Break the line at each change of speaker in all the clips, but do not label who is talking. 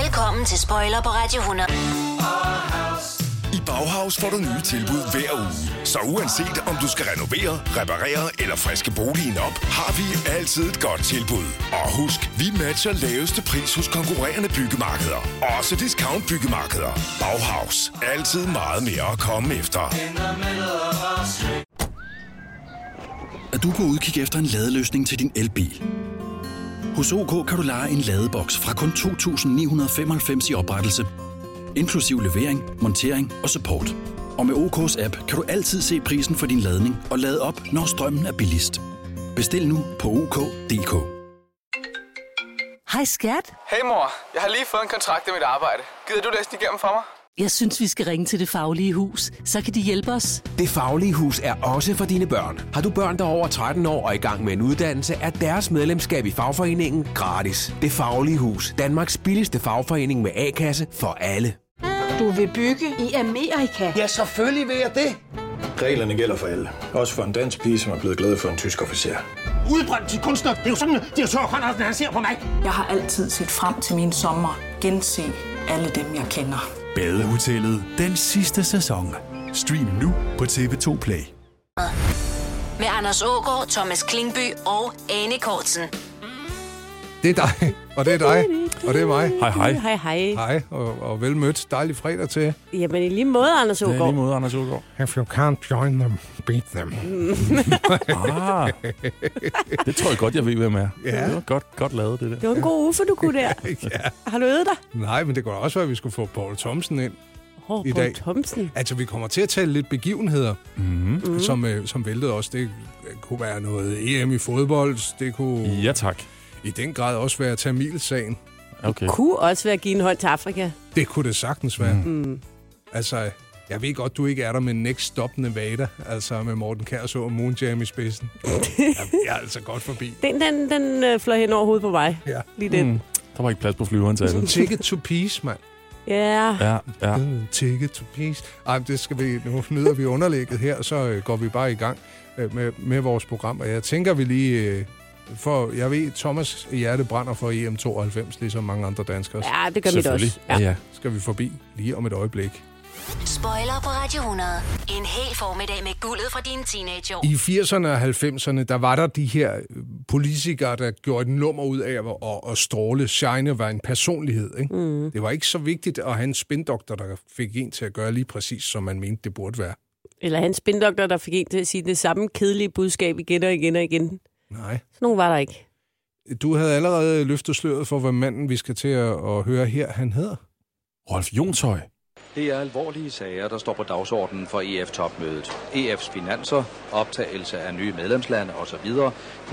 Velkommen til Spoiler på Radio 100.
I Bauhaus får du nye tilbud hver uge. Så uanset om du skal renovere, reparere eller friske boligen op, har vi altid et godt tilbud. Og husk, vi matcher laveste pris hos konkurrerende byggemarkeder. Også discount byggemarkeder. Bauhaus. Altid meget mere at komme efter.
er du på udkig efter en ladeløsning til din elbil. Hos OK kan du lege en ladeboks fra kun 2.995 i oprettelse, inklusiv levering, montering og support. Og med OK's app kan du altid se prisen for din ladning og lade op, når strømmen er billigst. Bestil nu på OK.dk.
Hej skat.
Hej mor, jeg har lige fået en kontrakt i mit arbejde. Gider du læse den igennem for mig?
Jeg synes, vi skal ringe til Det Faglige Hus. Så kan de hjælpe os.
Det Faglige Hus er også for dine børn. Har du børn, der er over 13 år og i gang med en uddannelse, er deres medlemskab i fagforeningen gratis. Det Faglige Hus. Danmarks billigste fagforening med A-kasse for alle.
Du vil bygge i Amerika?
Ja, selvfølgelig vil jeg det.
Reglerne gælder for alle. Også for en dansk pige, som er blevet glad for en tysk officer.
Udbrændt til kunstner. Det er jo sådan, at de har tørt, han ser på mig.
Jeg har altid set frem til min sommer. Gense alle dem, jeg kender.
Badehotellet den sidste sæson. Stream nu på TV2 Play.
Med Anders Ågaard, Thomas Klingby og Anne Kortsen.
Det er dig, og det er dig, og det er mig.
Hej, hej.
Hej, hej.
Hej, og, og vel mødt. Dejlig fredag til jer.
Jamen, i lige måde, Anders Ågaard.
Ja, i lige måde, Anders Ågaard.
If you can't join them, beat them.
ah, det tror jeg godt, jeg ved, hvem er.
Ja.
Det var godt, godt lavet, det der.
Det var en god uffe, du kunne der.
ja.
Har du øvet dig?
Nej, men det kunne da også være, at vi skulle få Paul Thomsen ind.
Hår
I
på
dag.
Thomsen.
Altså, vi kommer til at tale lidt begivenheder,
Mhm.
Mm.
mm. som, øh, som væltede os. Det øh, kunne være noget EM i fodbold. Det kunne
Ja, tak.
i den grad også være Tamilsagen.
Okay.
Kunne også være at give en hånd til Afrika.
Det kunne det sagtens være.
Mhm.
Mm. Altså, jeg ved godt, du ikke er der med Next Stop Nevada, altså med Morten Kærs og Moonjam i spidsen. jeg, jeg er altså godt forbi.
Den, den, den øh, fløj hen over hovedet på mig.
Ja.
Lige den.
Mm. Der var ikke plads på flyveren til alle.
Ticket to peace, mand.
Ja.
Ja, ja.
Øh, Ticket to peace. Ej, men det skal vi, nu nyder vi underlægget her, så øh, går vi bare i gang øh, med, med vores program. Og jeg tænker, vi lige... Øh, for jeg ved, Thomas hjerte brænder for E EM92, ligesom mange andre danskere. Ja.
Ja, det gør mit også.
Ja. ja.
Skal vi forbi lige om et øjeblik.
Spoiler på Radio 100. En hel formiddag med guldet fra dine teenageår.
I 80'erne og 90'erne, der var der de her øh, politikere, der gjorde et nummer ud af at, at, at stråle. Shine var en personlighed. Ikke? Mm. Det var ikke så vigtigt at have en spindoktor, der fik en til at gøre lige præcis, som man mente, det burde være.
Eller hans spindoktor, der fik en til at sige det samme kedelige budskab igen og igen og igen. Sådan
Nej.
nogen var der ikke.
Du havde allerede løftet sløret for, hvad manden, vi skal til at, at høre her, han hedder.
Rolf Jonshøj.
Det er alvorlige sager, der står på dagsordenen for E EF-topmødet. EF's finanser, optagelse af nye medlemslande osv.,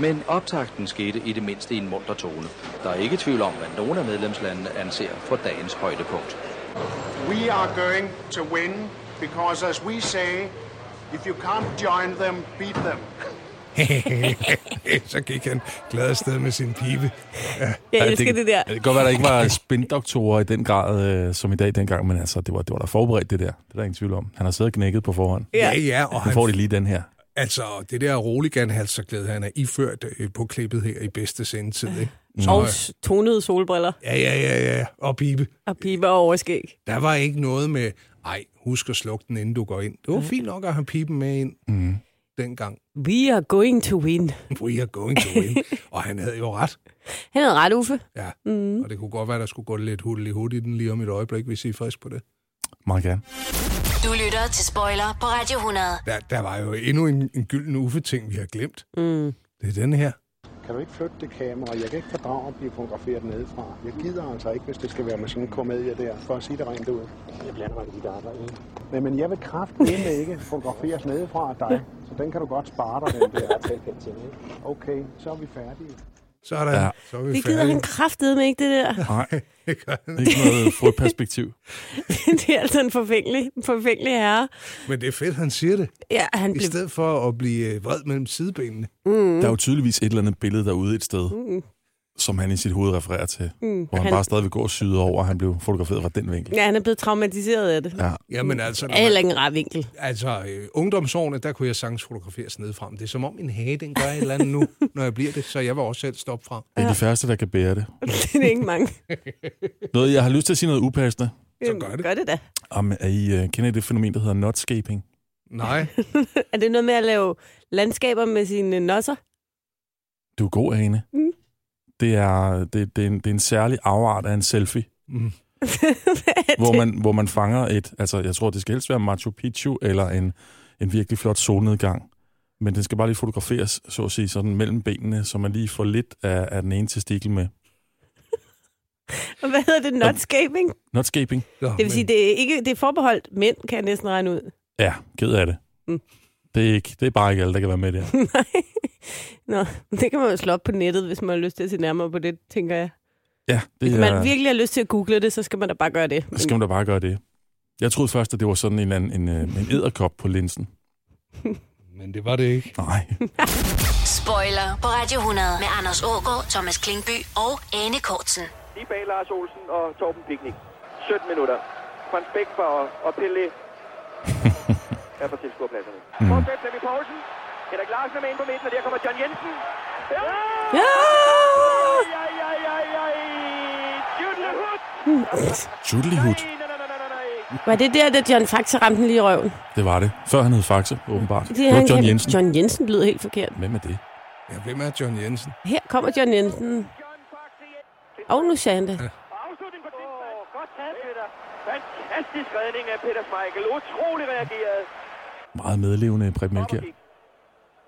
men optakten skete i det mindste i en munter tone. Der er ikke tvivl om, hvad nogle af medlemslandene anser for dagens højdepunkt.
We are going to win because, as we say, if you can't join them, beat them.
Så gik han glad afsted med sin pibe.
Jeg
Ja,
elsker det, der.
Det kan godt være, der ikke var spindoktorer i den grad, øh, som i dag dengang, men altså, det var, det var der forberedt, det der. Det er der ingen tvivl om. Han har siddet og knækket på forhånd.
Ja.
ja, ja og
Nu
han,
får de lige den her.
altså, det der roligan-halserklæde, han er iført øh, på klippet her i bedste sendetid. Ikke?
Og s- tonede solbriller
Ja, ja, ja, ja, og pibe.
og piber og overskæg.
Der var ikke noget med, ej, husk at slukke den, inden du går ind. Det var fint nok at have pipen med ind mm. dengang.
We are going to win.
We are going to win. og han havde jo ret.
Han havde ret, Uffe.
Ja. Mm. Og det kunne godt være, der skulle gå lidt hul i hul i den lige om et øjeblik, hvis I er frisk på det.
Meget gerne.
Du lytter til Spoiler på Radio 100.
Der, der var jo endnu en, en gylden uffe-ting, vi har glemt. Mm. Det er den her.
Kan du ikke flytte det kamera? Jeg kan ikke fordrage at blive fotograferet nedefra. Jeg gider altså ikke, hvis det skal være med sådan en komedie der, for at sige det rent ud. Jeg blander mig i dit arbejde. Nej, men jeg vil kraftedeme ikke fotograferes nedefra af dig, så den kan du godt spare dig, den der. Okay, så er vi færdige.
Så er der,
Ja.
ja. så er vi
Det gider han kraftedeme ikke, det der.
Nej, ikke noget frøperspektiv.
det er altså en forfængelig, forfængelig herre.
Men det er fedt, han siger det.
Ja, han
I
blev
stedet for at blive øh, vred mellem sidebenene.
Der er jo tydeligvis et eller andet billede derude et sted, mm. som han i sit hoved refererer til.
Mm,
Mm, hvor han,
han-
han bare stadigvæk går syde over, at han blev fotograferet fra den vinkel.
Ja, han er blevet traumatiseret af det.
Ja.
Jamen altså... når
Er heller
man-
ikke en rar vinkel.
Altså, øh, ungdomsårene, der kunne jeg sagtens fotograferes nedefra. Men Det er som om min hage, den gør et eller andet nu, når jeg bliver det, så jeg vil også selv stoppe fra.
Det er de færreste, der kan bære det.
det er ikke mange.
Noget, jeg har lyst til at sige noget upassende.
Så gør det. Gør det da.
Om, er I uh, kender I det fænomen, der hedder nutscaping?
Nej.
er det noget med at lave landskaber med sine nosser?
Du er god, Ane.
Mm.
Det, er, det, det, er en, det er en særlig afart af en selfie.
Mm.
hvor, man, hvor man fanger et, altså jeg tror, det skal helst være Machu Picchu eller en, en virkelig flot solnedgang. Men den skal bare lige fotograferes, så at sige, sådan mellem benene, så man lige får lidt af, af den ene testikel med.
Og hvad hedder det? Nutscaping?
Nutscaping.
Det vil sige, det er, ikke, det er forbeholdt mænd, kan jeg næsten regne ud.
Ja, ked af det.
Mm.
Det, er ikke, det er bare ikke alle, der kan være med der.
Nå, det kan man jo slå op på nettet, hvis man har lyst til at se nærmere på det, tænker jeg.
Ja,
Hvis
det
man
er,
virkelig har lyst til at google det, så skal man da bare gøre det.
så skal man da bare gøre det. Jeg troede først, at det var sådan en, en, en, øh, en æderkop på linsen.
Men det var det ikke.
Nej.
Spoiler på Radio 100 med Anders Ågaard, Thomas Klingby og Anne Kortsen.
Lige bag Lars Olsen og Torben Piknik. 17 minutter. Frans Bæk for og Pelle er på tilskuerpladserne.
Mm.
Fortsæt Flemming Poulsen. Henrik Larsen er med ind på midten, og der kommer John Jensen. Ja!
Ja!
Ja, ja, ja, ja. Jyttelhut!
Judelyhut.
Var det der, da John Faxe ramte den lige i røven?
Det var det. Før han hed Faxe, åbenbart. Det,
han
var John
kan-
Jensen.
John Jensen lyder helt forkert.
Hvem er det?
Ja, hvem er John Jensen?
Her kommer John Jensen. Og nu sagde han det.
Fantastisk redning af Peter Schmeichel. Utrolig reageret.
Meget medlevende Preben Elkjær.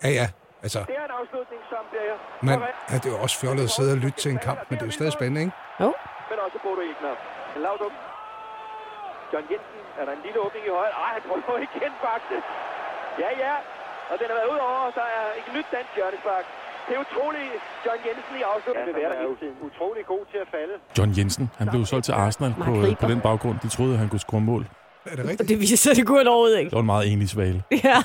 Ja, ja. Altså,
Det er en afslutning, som bliver...
man, ja, det er jo også fjollet at sidde og lytte til en kamp, men det er jo stadig spændende, ikke?
Jo.
Men også Bodo Egner. Laudrup. John Jensen. Er der en lille åbning i højre? Ej, han prøver igen, Bakse. Ja, ja. Og den har været ud over, og der er et nyt dansk hjørnespark. Det er utroligt, John Jensen i afslutningen. Ja, han er jo utrolig god til at falde.
John Jensen. Han blev jo solgt til Arsenal på, øh, på den baggrund. De troede, at han kunne score mål.
Er det rigtigt?
Og det viser sig, at det går et år ud,
Det
ikke?
var en meget enlig svale.
Ja.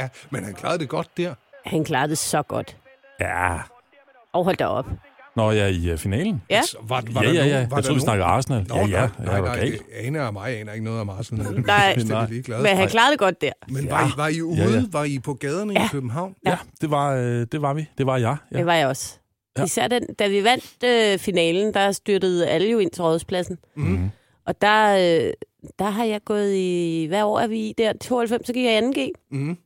ja, men han klarede det godt der.
Han klarede det så godt.
Ja.
Og hold da op.
Nå, jeg er i øh, finalen.
Ja.
Altså,
Var, var
ja,
der
ja,
nogen-
ja.
var
jeg
der
troede, vi
nogen-
snakkede Arsenal.
Nå,
ja, ja.
nej,
jeg
nej,
var
nej,
gal.
det- Ane og mig aner ikke noget om Arsenal. Nej,
Nej.
Men han klarede det godt der.
Men var I, var I ude?
Ja,
Ja,
ja.
ja. Var I på gaderne ja. i København?
Ja, det var, øh, det var vi. Det var jeg. Ja.
Det var jeg også. Ja. Især den, da vi vandt øh, finalen, der styrtede alle jo ind til rådspladsen.
Mm.
Og der, øh, der har jeg gået i... Hvad år er vi i der? 92, så gik jeg i 2G.
Mm.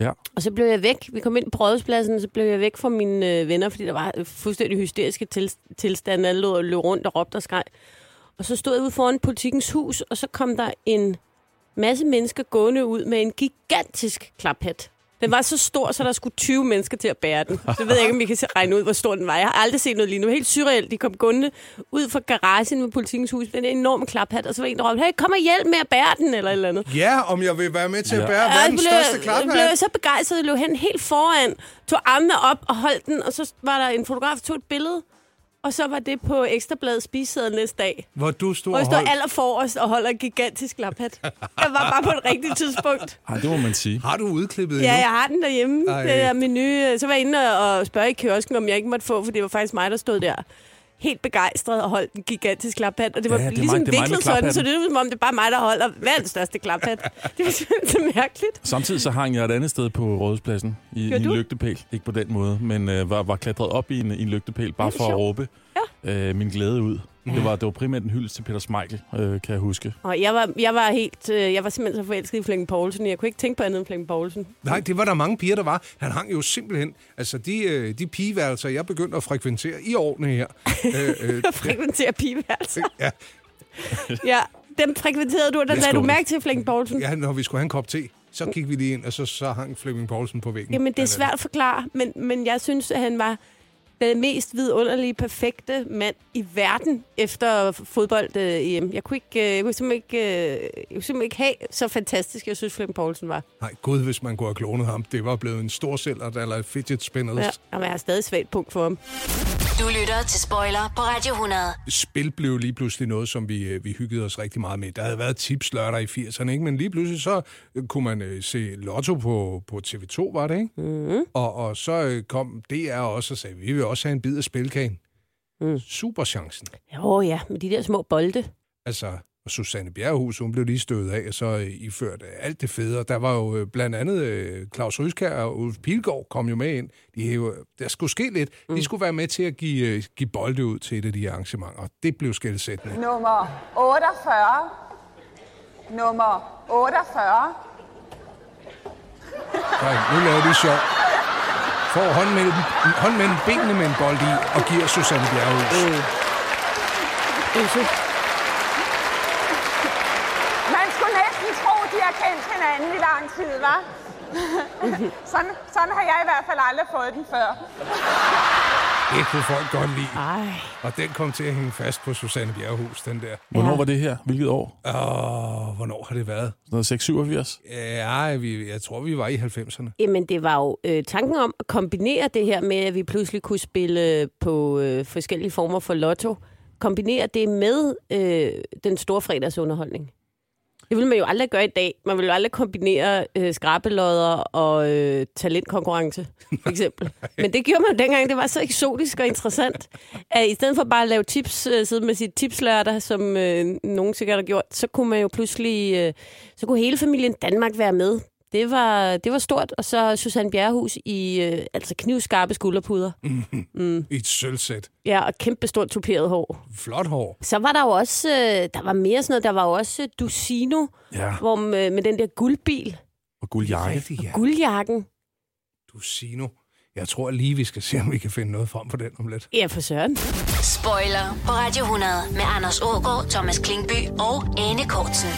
Ja.
Og så blev jeg væk. Vi kom ind på rådspladsen, og så blev jeg væk fra mine øh, venner, fordi der var øh, fuldstændig hysteriske til, tilstande. Alle lå og løb rundt og råbte og skreg. Og så stod jeg ude foran politikens hus, og så kom der en masse mennesker gående ud med en gigantisk klaphat. Den var så stor, så der skulle 20 mennesker til at bære den. Så ved jeg ikke, om vi kan se- regne ud, hvor stor den var. Jeg har aldrig set noget lignende. Det var Helt surreelt. De kom gående ud fra garagen ved politikens hus med en enorm klaphat, og så var en, der råbte, hey, kom og hjælp med at bære den, eller et eller andet.
Ja, om jeg vil være med til at
Ja.
bære
Og
verdens
jeg
største klap
blev jeg så begejstret, at jeg løb hen helt foran, tog armene op og holdt den, og så var der en fotograf, der tog et billede, og så var det på Ekstrabladet spisesæde næste dag.
Hvor du stod
Hvor jeg
og
står
holdt.
aller forrest og holder en gigantisk laphat. Jeg var bare på et rigtigt tidspunkt.
Ej, det må man sige.
Har du udklippet
Ja,
endnu?
jeg har den derhjemme.
Ej.
Ej. Det der menu. Så var jeg inde og spørge i kiosken, om jeg ikke måtte få, for det var faktisk mig, der stod der helt begejstret og holdt en gigantisk klaphat. Og det var
Ja,
ja,
det er
ligesom
mig- det er mig med
viklet sådan,
klaphatten.
så det var som om, det er bare mig, der holder verdens største klaphat. Det var simpelthen så mærkeligt.
Samtidig så hang jeg et andet sted på rådhuspladsen i, i
Gjorde
en
du?
lygtepæl. Ikke på den måde, men øh, var, var klatret op i en, i en lygtepæl, bare
Det er
for at
sjovt.
råbe øh, min glæde ud. Det var, det var primært en hyldest til Peter Smeichel, øh, kan jeg huske.
Og jeg var, jeg var helt, øh, jeg var simpelthen så forelsket i Flemming Poulsen. Jeg kunne ikke tænke på andet end Flemming Poulsen.
Nej, det var der mange piger, der var. Han hang jo simpelthen... Altså, de, øh, de pigeværelser, jeg begyndte at frekventere i årene her... øh, øh,
Frekventere pigeværelser.
ja,
Ja, dem frekventerede du, og der
Jeg
lagde du
skulle-
mærke til Flemming Poulsen.
ja, når vi skulle have en kop te, så gik vi lige ind, og så, så hang Flemming Poulsen på væggen.
Jamen, det er svært at forklare, men, men jeg synes, at han var den mest vidunderlige, perfekte mand i verden efter fodbold-EM. jeg kunne, ikke, øh, jeg, kunne simpelthen ikke, øh, jeg kunne simpelthen ikke have så fantastisk, jeg synes, Flemming Poulsen var.
Nej, gud, hvis man kunne have klonet ham. Det var blevet en storsællert eller et fidget spinner.
Ja,
Ja.
og jeg har stadig et svagt punkt for ham.
Du lytter til Spoiler på Radio 100.
Spil blev lige pludselig noget, som vi, øh, vi hyggede os rigtig meget med. Der havde været tipslørter i 80'erne, ikke? men lige pludselig så øh, kunne man øh, se Lotto på, på TV2, var det, ikke?
Mm.
Og, og så øh, kom DR også og sagde, vi vil også have en bid af spilkagen. Mm. Super chancen.
Jo ja, med de der små bolde.
Altså, og Susanne Bjerrehus, hun blev lige støvet af, og så øh, iført øh, alt det fede. Og der var jo øh, blandt andet øh, Claus Ryskær og Ulf Pilgaard kom jo med ind. De, er jo- der skulle ske lidt. Mm. De skulle være med til at give, øh, give bolde ud til et af de arrangementer. Og det blev skældsættende.
Nummer 48. Nummer 48.
Nej, nu laver de sjov. Får hånden mellem, hånden mellem benene med en bold i, og giver Susanne Bjerrehus.
Øh.
Man skulle næsten tro, de har kendt hinanden i lang tid, hva'? sådan, sådan har jeg i hvert fald aldrig fået den før.
Det kunne folk godt lide.
Ej.
Og den kom til at hænge fast på Susanne Bjerrehus, den der.
Hvornår ja. var det her? Hvilket år?
Åh, oh, hvornår har det været?
Sådan noget 687?
Ja, vi, jeg tror, vi var i 90'erne.
Jamen, det var jo øh, tanken om at kombinere det her med, at vi pludselig kunne spille på øh, forskellige former for lotto. Kombinere det med øh, den store fredagsunderholdning. Det ville man jo aldrig gøre i dag. Man ville jo aldrig kombinere øh, skrabelodder og øh, talentkonkurrence, for eksempel. Men det gjorde man jo dengang. Det var så eksotisk og interessant. At I stedet for bare at lave tips, øh, sidde med sit tipslørdag, som øh, nogen sikkert har gjort, så kunne man jo pludselig... Øh, så kunne hele familien Danmark være med. Det var, det var stort. Og så Susanne Bjerrehus i øh, altså knivskarpe skulderpuder.
Mm. I et sølvsæt.
Ja, og kæmpe stort tuperet hår.
Flot hår.
Så var der jo også, øh, der var mere sådan noget, der var jo også øh, Ducino,
Ja.
hvor, med, med den der guldbil,
Og guldjakke.
Rigtig, ja.
guldjakken.
Ducino. Jeg tror lige, vi skal se, om vi kan finde noget frem på den om lidt.
Ja, for søren.
Spoiler på Radio 100 med Anders Ågaard, Thomas Klingby og Anne Kortsen.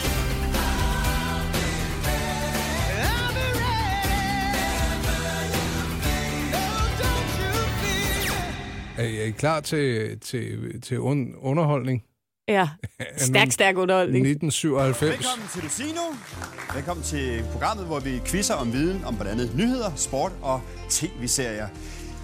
Er I, er I klar til, til, til un, underholdning?
Ja, stærk, stærk underholdning.
1997.
Velkommen til Lucino. Velkommen til programmet, hvor vi quizzer om viden om blandt andet nyheder, sport og tv-serier.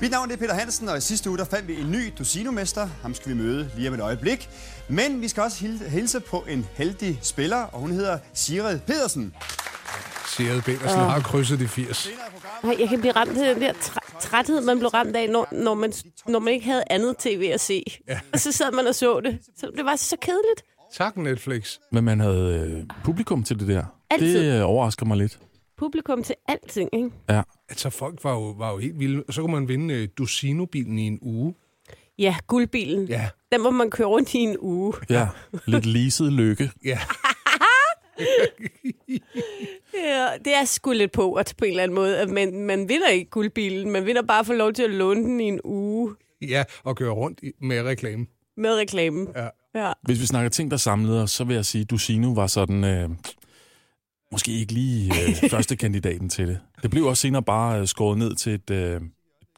Mit navn er Peter Hansen, og i sidste uge der fandt vi en ny Dusinomester. Ham skal vi møde lige om et øjeblik. Men vi skal også hil- hilse på en heldig spiller, og hun hedder Sigrid Pedersen.
Sigrid Petersen
Åh.
har krydset de 80.
Nej, jeg kan blive ramt af den der træ- træthed, man blev ramt af, når, når, man, når man ikke havde andet tv at se. Ja. Og så sad man og så det. Så det var så kedeligt.
Tak, Netflix.
Men man havde øh, publikum til det der.
Altid.
Det øh, overrasker mig lidt.
Publikum til alting, ikke?
Ja.
Altså, folk var jo, var jo helt vilde. Og så kunne man vinde øh, Ducino-bilen i en uge.
Ja, guldbilen.
Ja.
Den, hvor man kører rundt i en uge.
Ja, lidt leaset lykke.
Ja.
Ja, det er sgu lidt på, at på en eller anden måde, at man, man vinder ikke guldbilen, man vinder bare for lov til at låne den i en uge
Ja, og køre rundt i- med reklame.
med reklamen.
Ja.
ja.
Hvis vi snakker ting, der samlede os, så vil jeg sige, at Dusino var sådan... Øh, måske ikke lige øh, første kandidaten til det. Det blev også senere bare øh, skåret ned til et øh,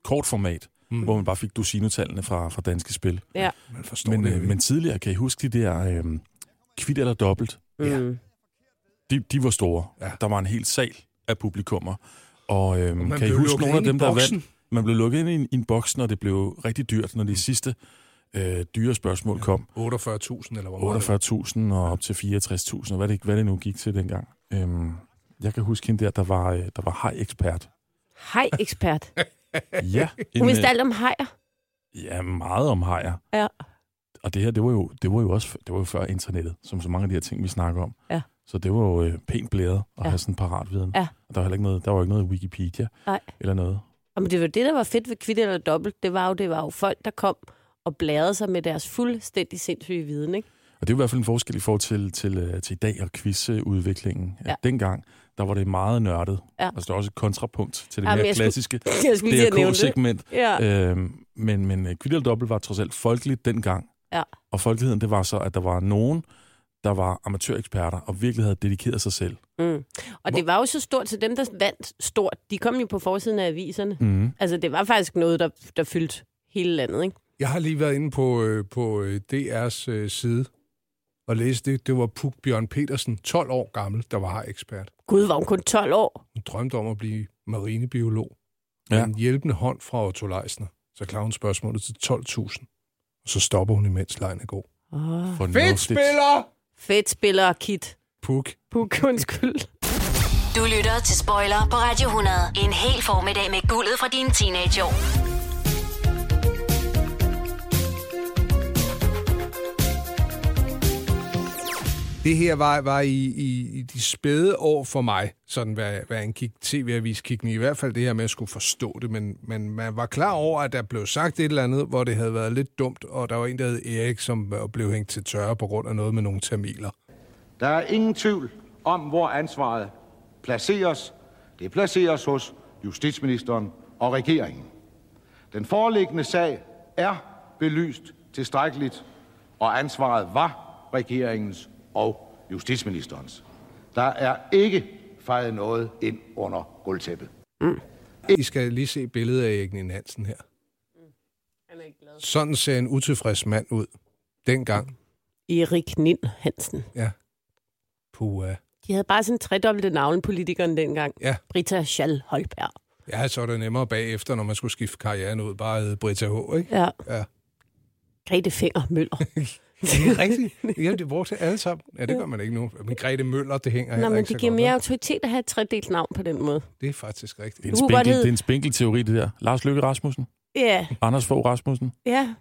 kort format, mm. hvor man bare fik Dusino-tallene fra, fra Danske Spil.
ja.
Man forstår
Men,
det.
øh, men tidligere, kan I huske de der øh, kvit eller dobbelt?
Ja.
De, de var store.
Ja.
Der var en hel sal af publikummer. Og øhm,
man
kan I
blev
huske
lukket
nogle af
ind i
dem, der
boksen. Mm.
vandt? Man blev lukket ind i en, i en boks, når det blev rigtig dyrt, når de sidste øh, dyre spørgsmål kom.
48.000 eller hvor meget? det var.
48.000 og op til 64.000, og hvad det, hvad det nu gik til dengang. Øhm, jeg kan huske hende der, der var, øh, der var haj-ekspert.
Hej, ekspert.
Ja,
Hun
en,
vidste alt om hajer.
øh, ja, meget om hajer.
Ja.
Og det her, det var jo, det var jo også det var jo før internettet, som så mange af de her ting, vi snakker om.
Ja.
Så det var jo øh, pænt blæret at ja. have sådan en paratviden.
Ja.
Og der var heller ikke noget, der var jo ikke noget Wikipedia
Nej.
eller noget.
Og men det var det, der var fedt ved kvitt eller dobbelt. Det var jo, det var jo folk, der kom og bladrede sig med deres fuldstændig sindssyge viden, ikke?
Og det er jo i hvert fald en forskel i forhold til, til, øh, til i dag og quizudviklingen. Ja. Dengang, der var det meget nørdet.
Ja.
Altså, der var også et kontrapunkt til det
Ja,
ja,
men
mere
jeg skulle-
klassiske
Jeg skulle lige have nævnt det.
DRK-segment.
Ja.
Øhm, men men øh, Kvitt eller Dobbelt var trods alt folkeligt dengang.
Ja.
Og folkeligheden, det var så, at der var nogen, der var amatøreksperter og virkelig havde dedikeret sig selv.
Mm. Og det var jo så stort, så dem, der vandt stort, de kom jo på forsiden af aviserne.
Mhm.
Altså, det var faktisk noget, der, der fyldte hele landet, ikke?
Jeg har lige været inde på, øh, på øh, DR's øh, side og læst det. Det var Puk Bjørn Petersen, 12 år gammel, der var ekspert.
Gud, var hun kun 12 år?
Hun drømte om at blive marinebiolog. Ja.
Ja.
En hjælpende hånd fra Otto Leisner. Så klarer hun spørgsmålet til 12.000. Og så stopper hun, imens lejen er god.
Oh.
Fedt spiller!
Fedt spiller, Kit.
Puk.
Puk, undskyld.
Du lytter til Spoiler på Radio 100. En hel formiddag med guldet fra dine teenageår.
Det her var, var i, i, i de spæde år for mig, sådan hvad, hvad en kig, tv-avis kiggende, i hvert fald det her med at skulle forstå det, men, men man var klar over, at der blev sagt et eller andet, hvor det havde været lidt dumt, og der var en, der hed Erik, som øh, blev hængt til tørre på grund af noget med nogle tamiler.
Der er ingen tvivl om, hvor ansvaret placeres. Det placeres hos justitsministeren og regeringen. Den foreliggende sag er belyst tilstrækkeligt, og ansvaret var regeringens og justitsministerens. Der er ikke fejret noget ind under gulvtæppet.
Mm. I skal lige se billedet af Erik Nien Hansen her. Sådan ser en utilfreds mand ud. Dengang.
Erik Nin Hansen.
Ja. Puha.
De havde bare sådan tredobbelte navn, politikeren dengang.
Ja.
Brita Schall Holberg.
Ja, så er det nemmere bagefter, når man skulle skifte karrieren ud. Bare hedde Britta H., ikke?
Ja.
ja.
Grete Finger Møller.
Det er rigtigt. Ja, det brugte alle sammen. Ja, det gør man ikke nu. Men Grete Møller, det hænger
Nå,
heller
men
ikke så
det giver
godt,
mere
vel?
autoritet at have et tredelt navn på den måde.
Det er faktisk rigtigt.
Det
Du
er en,
kunne godt
spinkel,
hedde-
det er en spinkel teori, det der. Lars Løkke Rasmussen.
Ja,
Anders Fogh Rasmussen.
ja.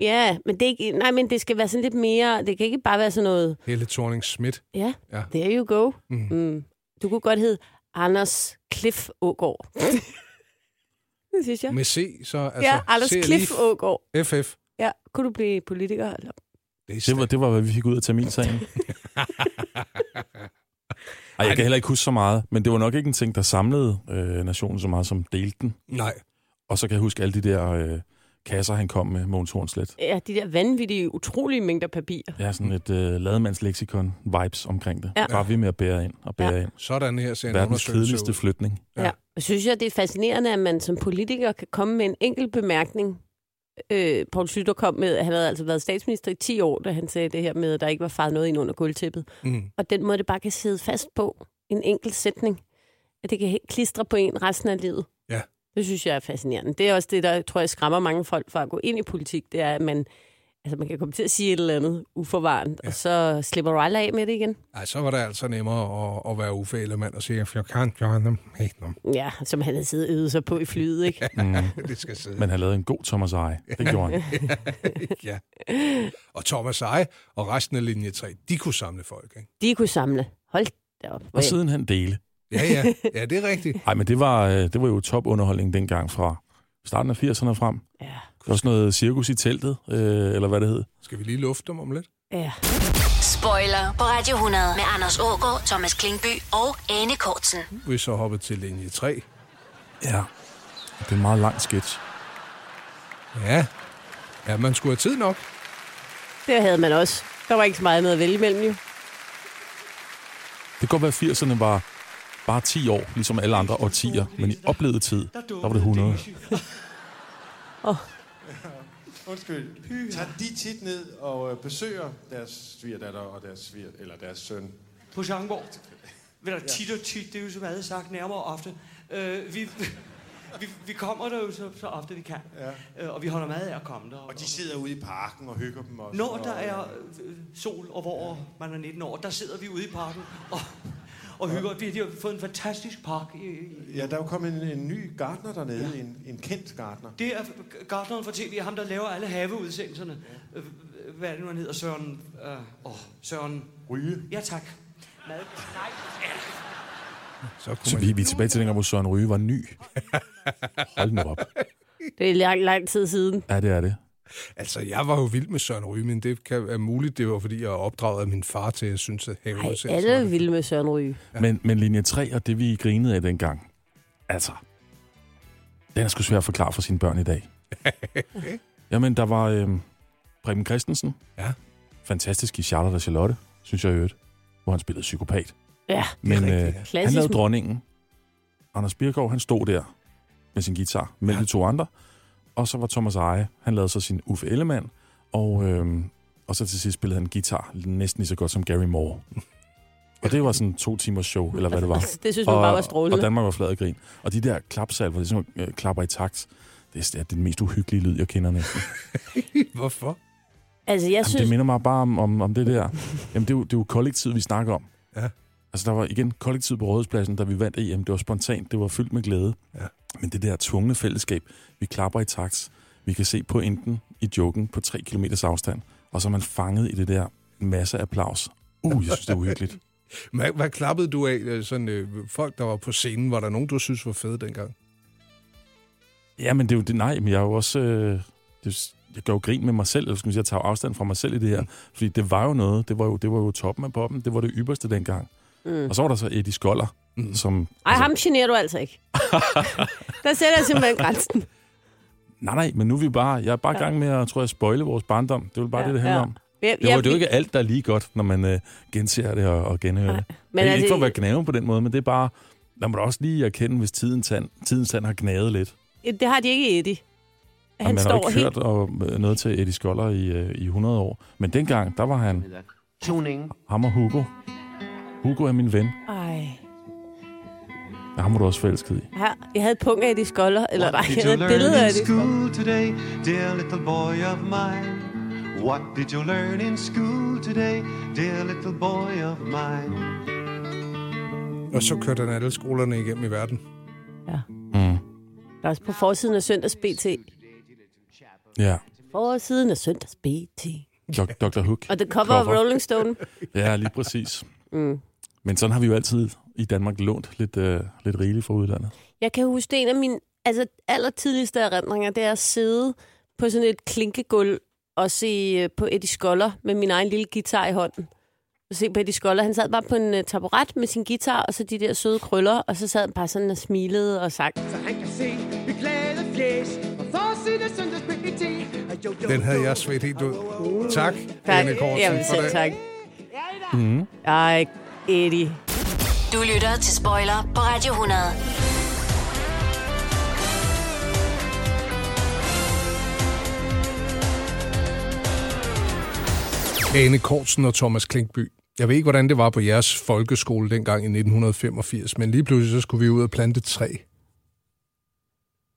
Ja, men det, er ikke, nej, men det skal være sådan lidt mere... Det kan ikke bare være sådan noget...
Helle thorning Schmidt.
Ja,
Ja.
there you go.
Mm.
Mm. Du kunne godt hedde Anders Cliff Ågaard. det synes jeg.
Med C, så... Altså,
ja, Anders
C er
Cliff
lige
Ågaard.
FF.
Ja, kunne du blive politiker? Eller?
Det var, det var, hvad vi fik ud af Tamilsagen. Ej, jeg kan heller ikke huske så meget, men det var nok ikke en ting, der samlede øh, nationen så meget, som delte den.
Nej.
Og så kan jeg huske alle de der øh, kasser, han kom med, Mogens Hornslet.
Ja, de der vanvittige, utrolige mængder papir.
Jeg har sådan et øh, lademandsleksikon vibes omkring det.
Ja.
Ja. Bare vi med at bære ind og bære ja. ind.
Sådan her ser en
Verdens
undersøgelse
kedeligste
ud.
flytning.
Ja. Og synes jeg, det er fascinerende, at man som politiker kan komme med en enkelt bemærkning. Øh, Poul Slytter kom med, at han havde altså været statsminister i 10 år, da han sagde det her med, at der ikke var faret noget ind under gulvtæppet.
Mm.
Og den måde, det bare kan sidde fast på, en enkelt sætning, at det kan he- klistre på en resten af livet.
Ja.
Det synes jeg er fascinerende. Det er også det, der tror jeg skræmmer mange folk fra at gå ind i politik, det er, at man, altså, man kan komme til at sige et eller andet uforvarende, ja. og så slipper du aldrig af med det igen.
Ej, så var det altså nemmere at, at være Uffe Ellemann og sige, at jeg kan gøre dem helt om.
Ja, som han havde siddet og øvet sig på i flyet, ikke?
Mm.
det skal sidde.
Men han lavede en god Thomas Eje. Det gjorde han.
ja. Og Thomas Eje og resten af linje 3, de kunne samle folk, ikke?
De kunne samle. Hold da op.
Og siden han dele.
Ja, ja. Ja, det er rigtigt.
Nej, men det var, øh, det var jo topunderholdning dengang fra starten af 80'erne og frem.
Ja.
Der var sådan noget cirkus i teltet, øh, eller hvad det hed.
Skal vi lige lufte dem om lidt?
Ja.
Spoiler på Radio 100 med Anders Ågaard, Thomas Klingby og Anne Kortsen.
Vi så hoppet til linje 3.
Ja. Det er en meget lang sketch.
Ja. Ja, man skulle have tid nok.
Det havde man også. Der var ikke så meget med at vælge imellem, jo.
Det kan godt være, at 80'erne var bare 10 år, ligesom alle andre årtier, men i oplevet tid, der var det 100.
Undskyld. Tager de tit ned og øh, besøger deres svigerdatter og deres sviger, eller deres søn?
På Sjangborg. Vel, der tit og tit, det er jo som alle sagt, nærmere ofte. Øh, vi, vi, vi kommer der jo så, så ofte vi kan. Ja. Øh, og vi holder meget af at komme der. Og de sidder ude i parken og hygger dem også. Når der er øh, sol, og hvor ja. man er 19 år, der sidder vi ude i parken og, og hygger. Vi har fået en fantastisk park. I, i-
Ja, der er jo kommet en, en ny gartner dernede, ja. en, en kendt gartner.
Det er gartneren for tv, ham der laver alle haveudsendelserne. Ja. Hvad er det nu, han hedder? Søren... Øh, åh, Søren... Ryge? Ja, tak. Mad. Nej.
Så,
Så vi, vi er tilbage til dengang, hvor Søren Ryge var ny. Hold nu op.
Det er lang, lang tid siden.
Ja, det er det.
Altså, jeg var jo vild med Søren Ryge, men det kan, er muligt, det var fordi, jeg er opdraget af min far til, at jeg synes, at have
Ej, alle er vilde med Søren Ryge.
Men, men linje 3 og det, vi grinede af dengang, altså, den er sgu svær at forklare for sine børn i dag. Jamen, der var øhm, Preben Christensen.
Ja.
Fantastisk i Charlotte og Charlotte, synes jeg i øvrigt, hvor han spillede psykopat.
Ja.
Men øh, han
Klassisk.
lavede dronningen. Anders Birgaard, han stod der med sin guitar mellem de to andre. Og så var Thomas Eje, han lavede så sin Uffe Ellemann. Og, øhm, og så til sidst spillede han guitar næsten lige så godt som Gary Moore. Og det var sådan en to timers show, eller hvad det var.
Det synes man
og,
bare var strålende.
Og Danmark var flad af grin. Og de der klapsalver, de sådan, øh, klapper i takt. Det er, det er den mest uhyggelige lyd, jeg kender næsten.
Hvorfor?
Altså, jeg
Jamen, synes...
synes...
Det minder mig bare om, om, om det der. Jamen, det er, jo, det er jo kollektivet, vi snakker om.
Ja.
Altså, der var igen kollektivet på Rådhuspladsen, da vi vandt EM. Det var spontant, det var fyldt med glæde.
Ja.
Men det der tvungne fællesskab, vi klapper i takt. Vi kan se på enten i joken på 3 km afstand, og så er man fanget i det der masse applaus Uh, jeg synes, det er uhyggeligt.
Hvad, hvad klappede du af øh, sådan, øh, folk, der var på scenen? Var der nogen, du synes var fede dengang?
Ja, men det er jo det, nej, men jeg er jo også... Øh, det, er jo s- jeg gør jo grin med mig selv, eller skal man sige, jeg tager jo afstand fra mig selv i det her. Mm. Fordi det var jo noget, det var jo, det var jo toppen af poppen, det var det ypperste dengang.
Mm.
Mm. Og så var der så Eddie Skoller, mm. som...
Ej, ham generer du altså ikke. der sætter jeg simpelthen grænsen.
Nej, nej, men nu er vi bare... Jeg er bare i
Ja.
gang med at, tror jeg, spoile vores barndom. Det er jo bare ja, det, det handler ja. om.
Ja,
Det, var,
ja,
det er jo
vi-
ikke alt, der er lige godt, når man øh, genser det og, og genhører det. Men det er
altså-
altså, ikke for at være gnaven på den måde, men det er bare... Man må da også lige erkende, hvis tidens tand, tidens tand har gnavet lidt.
Det har de ikke i Eddie.
Og
Han
man har jo
står
ikke
helt...
hørt og, øh, noget til Eddie Skoller i, øh, i 100 år. Men dengang, der var han...
Tuning.
Ham og Hugo. Hugo er min ven.
Ej.
Ja, ham var du også forelsket i.
Her, jeg havde punkt af Eddie Skoller, eller nej, jeg
Did you
havde et
learn
billede af
in
det.
school today, dear little boy of mine? What did you learn in school today, dear little boy of mine?
Og så kørte han alle skolerne igennem i verden.
Mm.
Der er også på forsiden af Søndags BT.
Ja.
Forsiden af Søndags BT.
Dok- Dr. Hook.
Og the cover of Rolling Stone.
Ja, lige præcis.
Mm.
Men sådan har vi jo altid i Danmark lånt lidt, øh, lidt rigeligt fra udlandet.
Jeg kan huske, det er en af mine altså, allertidligste erindringer, det er at sidde på sådan et klinkegulv og se øh, på Eddie Skoller med min egen lille guitar i hånden. Og se på Eddie Skoller. Han sad bare på en uh, taburet med sin guitar og så de der søde krøller, og så sad han bare sådan og smilede og sang.
Så han kan se mit glade fjes Og forsiden af søndagsbygget til Jo, jo,
Den havde jeg svedt helt ud. Tak,
Tak.
Anne Kortsen,
Jamen,
for Mhm.
selv
det.
tak.
Mm.
Ej, Eddie.
Du lytter til Spoiler på Radio 100.
Ane Kortsen og Thomas Klinkby. Jeg ved ikke, hvordan det var på jeres folkeskole dengang i 1985, men lige pludselig så skulle vi ud og plante et træ.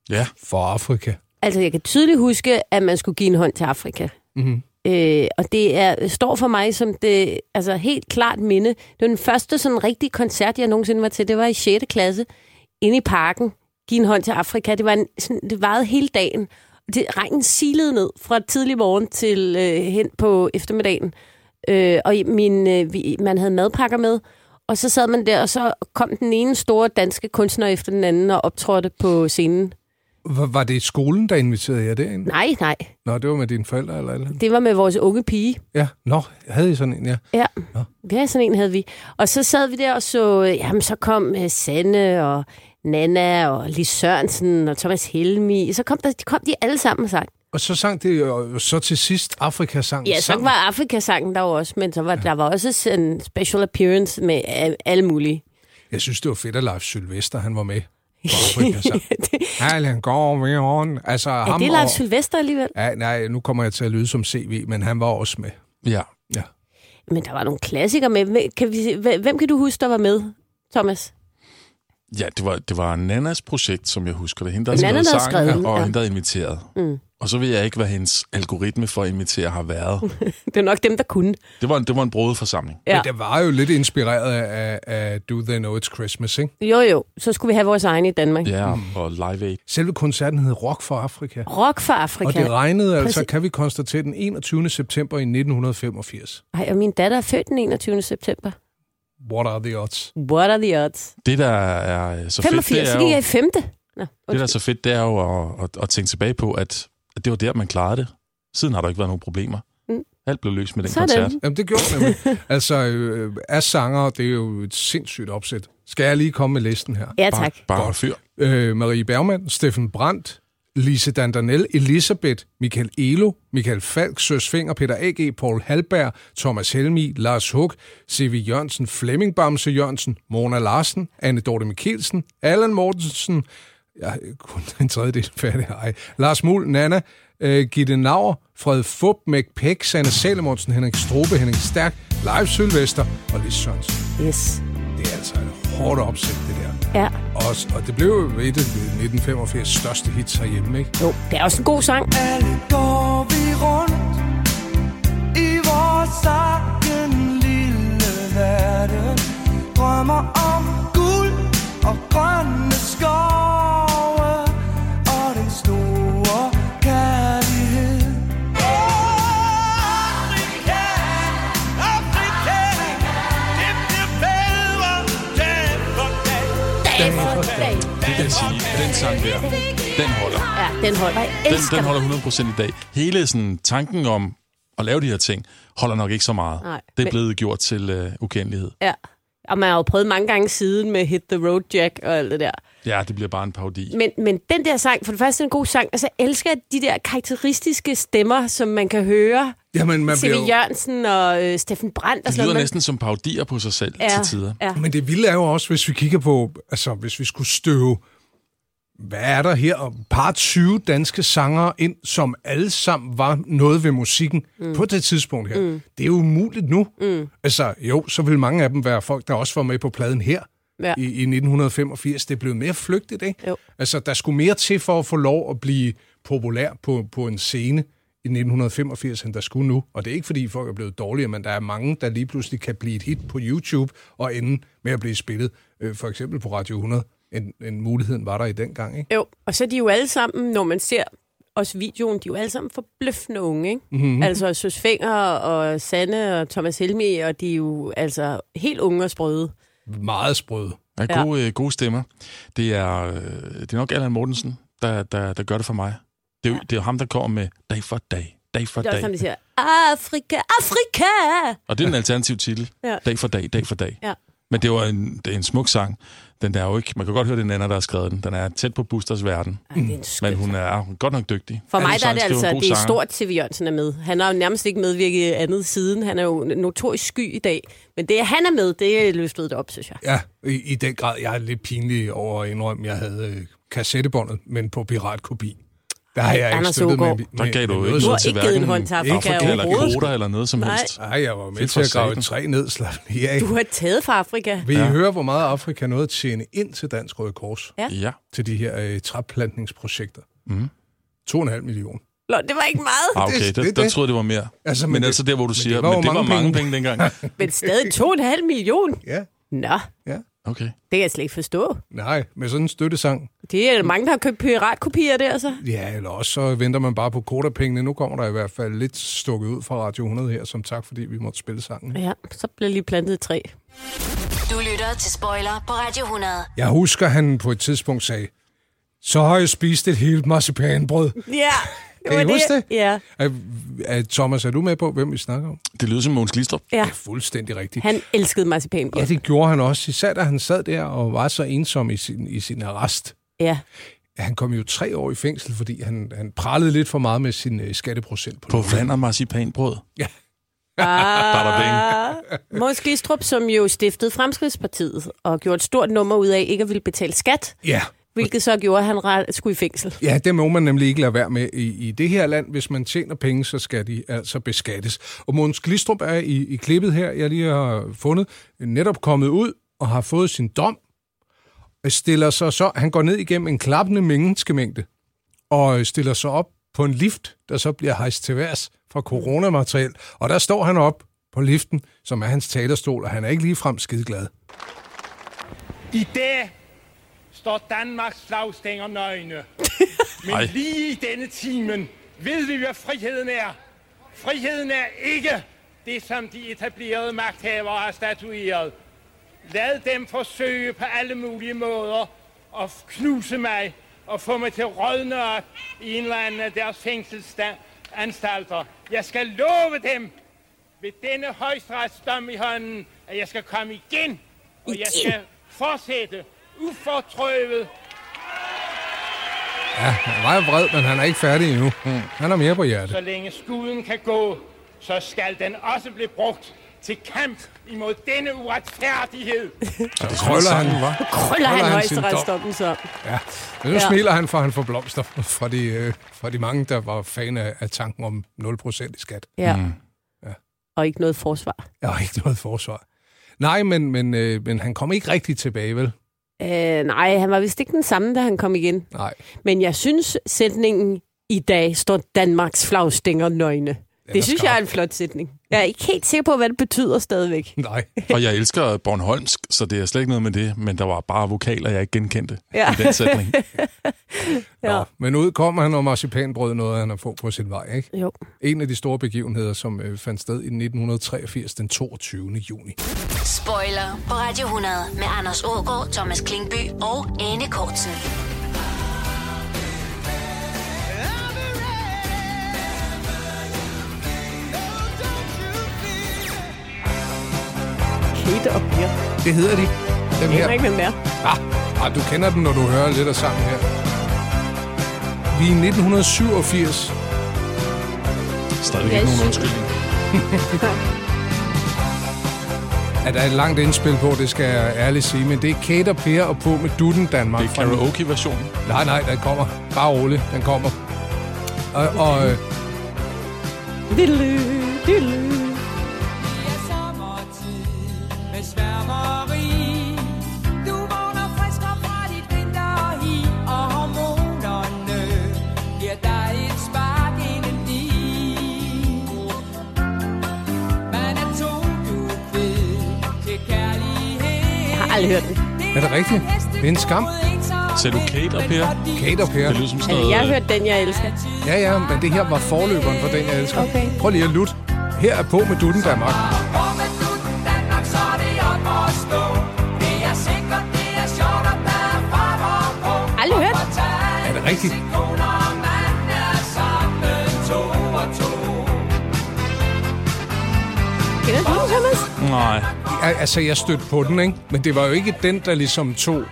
Ja.
For Afrika.
Altså, jeg kan tydeligt huske, at man skulle give en hånd til Afrika.
Mm-hmm.
Øh, og det er, står for mig som det altså helt klart minde. Det var den første sådan rigtige koncert, jeg nogensinde var til. Det var i 6. klasse, inde i parken. Giv en hånd til Afrika. Det, var en, sådan, det varede hele dagen. Det, regnen silede ned fra tidlig morgen til øh, hen på eftermiddagen. Øh, og i- min, øh, vi, man havde madpakker med. Og så sad man der, og så kom den ene store danske kunstner efter den anden og optrådte på scenen.
Var, var det skolen, der inviterede jer derind?
Nej, nej.
Nå, det var med dine forældre eller et eller andet?
Det var med vores unge pige.
Ja, nå, havde I sådan en, ja.
Ja. ja, sådan en havde vi. Og så sad vi der og så, øh, jamen så kom øh, Sanne og Nana og Lis Sørensen og Thomas Helmi. Så kom, der, kom de alle sammen og sang.
Og så sang det jo så til sidst Afrikasangen
Ja, så
sammen.
var Afrikasangen der jo også, men så var, der var også en special appearance med øh, alle mulige.
Jeg synes, det var fedt, at Leif Sylvester, han var med. på Afrikasang. Allan går med on. Altså,
Er
ham
det
og-
Leif Sylvester alligevel?
Ja, nej, nu kommer jeg til at lyde som CV, men han var også med.
Ja.
ja.
Men der var nogle klassikere med. Hvem kan, vi, se- hvem- hvem kan du huske, der var med, Thomas?
Ja, det var, det var Nannas projekt, som jeg husker det. Hende, der har
Nana,
skrevet
der har
sangen,
skrevet den,
og
ja.
hende, der er inviteret.
Mm.
Og så ved jeg ikke, hvad hendes algoritme for at invitere har været.
Mm. Det er nok dem, der kunne.
Det var en, det var en brodet forsamling.
Ja.
Men det var jo lidt inspireret af, af Do They Know It's Christmas, ikke?
Jo, jo. Så skulle vi have vores egen i Danmark.
Ja, og Live Aid.
Selve koncerten hed Rock for Afrika.
Rock for Afrika.
Og det regnede altså,
Præcis.
kan vi konstatere, den 21. september i 1985.
Ej, og min datter er født den 21. september.
What are the odds?
What are the odds?
Det, der er øh, så
85,
fedt, det
så
er
gik jeg
jo,
i femte. Nå,
det, der er så fedt, det er jo at, at, at tænke tilbage på, at, at det var der, man klarede det. Siden har der ikke været nogen problemer.
Mm.
Alt blev løst med den
Sådan.
koncert.
Jamen, det gjorde det nemlig. altså, øh, af sanger, det er jo et sindssygt opsæt. Skal jeg lige komme med listen her?
Ja, tak.
Bare, bare fyr.
Øh, Marie Bergmann, Steffen Brandt, Lise Dandanel, Elisabeth, Michael Elo, Michael Falk, Søs Finger, Peter A.G., Paul Halberg, Thomas Helmi, Lars Hug, C.V. Jørgensen, Flemming Bamse Jørgensen, Mona Larsen, Anne Dorte Mikkelsen, Allan Mortensen, ja, kun en tredjedel færdig, ej. Lars Mul, Nana, øh, Gitte Nauer, Fred Fup, Mæk Pæk, Sanne Salomonsen, Henrik Strobe, Henrik Stærk, Leif Sylvester og Lis Sørensen.
Yes.
Det er altså et hårdt opsæt, det der.
Ja.
Og, og det blev jo et af 1985 største hits herhjemme, ikke?
Jo, det er også en god sang.
Alle går vi rundt i vores egen lille verden. Drømmer om guld og grønne skove og den store kærlighed. Afrika, Afrika,
den, det kan jeg sige, at den sang der, den holder.
Ja, den holder.
Den, den holder 100% i dag. Hele sådan, tanken om at lave de her ting, holder nok ikke så meget.
Nej,
det er
men-
blevet gjort til øh, ukendelighed.
Ja. Og man har jo prøvet mange gange siden med Hit the Road Jack og alt det der.
Ja, det bliver bare en parodi.
Men, men den der sang, for det første er en god sang, og så elsker jeg de der karakteristiske stemmer, som man kan høre.
Jamen, man
Silje
bliver jo-
Jørgensen og øh, Steffen Brandt og
Det
sådan
lyder
noget. man-
næsten som parodier på sig selv
Ja,
til tider.
ja.
Men det vilde er jo også, hvis vi kigger på, altså hvis vi skulle støve, hvad er der her, og par 20 danske sangere ind, som alle sammen var noget ved musikken mm. på det tidspunkt her.
Mm.
Mm. Det er jo umuligt nu.
Mm.
Altså jo, så vil mange af dem være folk, der også var med på pladen her
Ja.
ja. i, i 1985. Det er blevet mere flygtigt, ikke?
Jo.
Altså der skulle mere til for at få lov at blive populær på, på en scene i 1985, end der skulle nu. Og det er ikke, fordi folk er blevet dårligere, men der er mange, der lige pludselig kan blive et hit på YouTube og ende med at blive spillet, øh, for eksempel på Radio 100, en, en muligheden var der i den gang, ikke?
Jo, og så er de jo alle sammen, når man ser også videoen, de er jo alle sammen forbløffende unge, ikke?
Mhm.
Altså Søs Fenger og Sanne og Thomas Helmi, og de er jo altså helt unge og sprøde.
Meget sprøde.
Ja,
Ja.
gode, øh, gode stemmer. Det er, øh, det er nok Allan Mortensen, der, der, der gør det for mig. Det er, jo, det er jo ham, der kommer med dag for dag, dag for
Det er også,
dag.
som de siger, Afrika, Afrika!
Og det er en alternativ titel.
Ja.
Dag for dag, dag for dag.
Ja.
Men det var en, det er en smuk sang. Den der er jo ikke, man kan godt høre, det er Nana, der har skrevet den. Den er tæt på Busters verden.
Ej, det er en skøn
Mm. Men hun er, hun er godt nok dygtig.
For mig
God
der er det
sangskriver,
altså,
god
det er
sanger.
stort, TV Jørgensen er med. Han har jo nærmest ikke medvirket i andet siden. Han er jo notorisk sky i dag. Men det, at han er med, det løftede det op, synes jeg.
Ja, i, i den grad. Jeg er lidt pinlig over at indrømme, jeg havde øh, kassettebåndet, men på piratkopi. Der har jeg ikke
Anders
støttet med,
Aagaard.
med,
Der gav du jo
Du har
ikke noget til
ikke givet
hverken
en hånd til Afrika
Afrika eller
overhovedet.
kvoter eller noget som
Nej.
helst. Ah,
Nej, jeg var med
Fy
til at
for
grave et
satan.
træ ned, slap lige af.
Du har taget fra Afrika.
Vil I ja. høre, hvor meget Afrika nåede at tjene ind til Dansk Røde Kors?
Ja.
ja.
Til de her øh, træplantningsprojekter?
Mm.
2,5 millioner.
Nå, det var ikke meget.
Ah, okay,
Det-
der,
det-
der
det-
troede jeg, det var mere.
Altså,
Altså,
men
men, men
det-
altså der, hvor du
men det
siger,
var jo
men det var
mange
mange
penge.
penge dengang.
Men stadig 2,5 million.
Ja.
Nå,
Ja.
Okay.
det kan jeg slet ikke forstå.
Nej, med sådan en støttesang.
Det er mange, der har købt piratkopier der, så.
Ja, eller også så venter man bare på kodapengene. Nu kommer der i hvert fald lidt stukket ud fra Radio 100 her, som tak, fordi vi måtte spille sangen.
Ja, så bliver lige plantet et træ.
Du lytter til Spoiler på Radio 100.
Jeg husker, han på et tidspunkt sagde, så har jeg spist et helt marcipanbrød.
Ja.
Kan I
var
huske det?
Ja.
Er, er, Thomas, er du med på, hvem vi snakker om?
Det lyder som Mogens Glistrup.
Ja.
Det er fuldstændig rigtigt.
Han elskede marcipanbrød.
Ja, det gjorde han også, især da han sad der og var så ensom i sin, i sin arrest.
Ja.
Han kom jo tre år i fængsel, fordi han, han prallede lidt for meget med sin øh, skatteprocent. På,
På vand og marcipanbrød.
Ja.
Ah, Mogens Glistrup, som jo stiftede Fremskridspartiet og gjorde et stort nummer ud af ikke at ville betale skat,
Ja.
hvilket så gjorde, at han ret- skulle i fængsel.
ja, det må man nemlig ikke lade være med i, i det her land. Hvis man tjener penge, så skal de altså beskattes. Og Måns Glistrup er i, i klippet her, jeg lige har fundet, netop kommet ud og har fået sin dom. Øh, Stiller sig så, han går ned igennem en klappende menneskemængde og øh, stiller sig op på en lift, der så bliver hejst til værs fra coronamateriel. Og der står han op på liften, som er hans talerstol, og han er ikke ligefrem skideglad.
I dag står Danmarks flagstænger nøgne.
Ej.
Men lige i denne timen ved vi, hvad friheden er. Friheden er ikke det, som de etablerede magthavere har statueret. Lad dem forsøge på alle mulige måder at knuse mig og få mig til at rådne op i en eller anden af deres fængselsanstalter. Jeg skal love dem ved denne højstrætsdom i hånden, at jeg skal komme igen, og jeg skal fortsætte ufortrøvet
Ja, han var jo vred, men han er ikke færdig endnu. Han har mere på hjertet.
Så længe skuden kan gå, så skal den også blive brugt til kamp imod denne uretfærdighed.
Så krøller han,
Krøller han
sin dom.
højesteretsdommen så.
Ja, men nu
Ja.
ja. smiler han, for han får blomster fra de, øh, fra de mange, der var fan af, af tanken om 0% i skat.
Ja.
Mm.
Ja.
Og ikke noget forsvar.
Jeg har ikke noget forsvar. Nej, men, men, øh, men han kom ikke rigtig tilbage, vel?
Øh, nej, han var vist ikke den samme, da han kom igen.
Nej.
Men jeg synes, sætningen i dag står Danmarks flagstænger nøgne. Det synes jeg er en flot sætning. Jeg er ikke helt sikker på, hvad det betyder stadigvæk.
Nej.
Og jeg elsker Bornholmsk, så det er slet ikke noget med det, men der var bare vokaler, jeg ikke genkendte
Ja.
ja. i den sætning.
Ja.
Men ud kommer han og marcipanbrød noget, han har fået på sin vej, ikke?
Jo.
En af de store begivenheder, som øh, fandt sted i 1983 den 22. juni.
Spoiler på Radio 100 med Anders Ågaard, Thomas Klingby og Anne Kortsen.
Kate og Per.
Det hedder de. Dem
Jeg
her.
aner ikke, hvem det er.
Ah, ah, du kender den, når du hører lidt af sangen her. Vi er i 1987.
Stadig
Jeg
ikke nogen
synes-
undskyldning.
Ja, der er et langt indspil på, det skal jeg ærligt sige, men det er Kate og Per og på med Dutten Danmark. Det er
karaoke-versionen?
Nej, nej, den kommer. Bare rolig, den kommer. Og, og øh,
Diddly, diddly.
Øh,
Jeg har aldrig hørt den.
er det rigtigt? Det er en skam.
Ser du Kate og Per?
Kate og Per.
Det lyder som sådan
Altså, jeg har
noget,
hørt den, jeg elsker.
Ja, ja, men det her var forløberen for den, jeg elsker. Okay. Prøv lige at lutte. Her er på med Dutten Danmark.
Aldrig hørt.
Er det rigtigt?
Kender du den, Thomas?
Nej.
Altså, jeg stødte på den, ikke? Men det var jo ikke den, der ligesom tog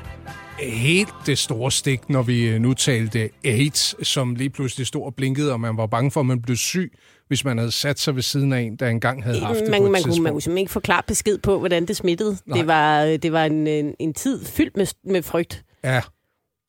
helt det store stik, når vi øh, nu talte AIDS, som lige pludselig stod og blinkede, og man var bange for, at man blev syg, hvis man havde sat sig ved siden af en, der engang havde haft det
Man,
på
man, kunne,
et
man kunne
tidspunkt.
simpelthen ikke forklare besked på, hvordan det smittede.
Nej.
Det var, øh, det var en, en, en tid fyldt med, med frygt.
Ja,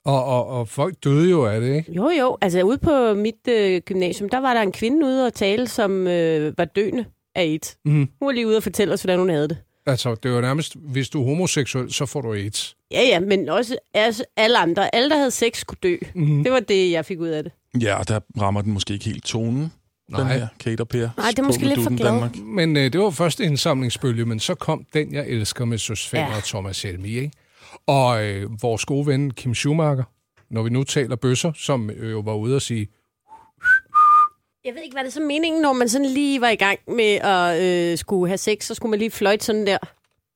og, og, og folk døde jo af det, ikke?
Jo, jo. Altså, ude på mit øh, gymnasium, der var der en kvinde ude og tale, som øh, var døende af AIDS.
Mhm.
Hun var lige ude og fortælle os, hvordan hun havde det.
Altså, det var nærmest, hvis du er homoseksuel, så får du AIDS.
Ja, ja, men også altså, alle andre. Alle, der havde sex, skulle dø.
Mhm.
Det var det, jeg fik ud af det.
Ja, og der rammer den måske ikke helt tonen, den
Nej.
her Kate og Per.
Nej, det er måske lidt for glad.
Danmark.
Men øh, det var første indsamlingsbølge, men så kom den, jeg elsker med Søs Fender
Ja.
ja. og Thomas Helmi, ikke? Og øh, vores gode ven Kim Schumacher, når vi nu taler bøsser, som øh, jo var ude og sige,
Jeg ved ikke, hvad det så meningen, når man sådan lige var i gang med at øh, skulle have sex, så skulle man lige fløjte sådan der.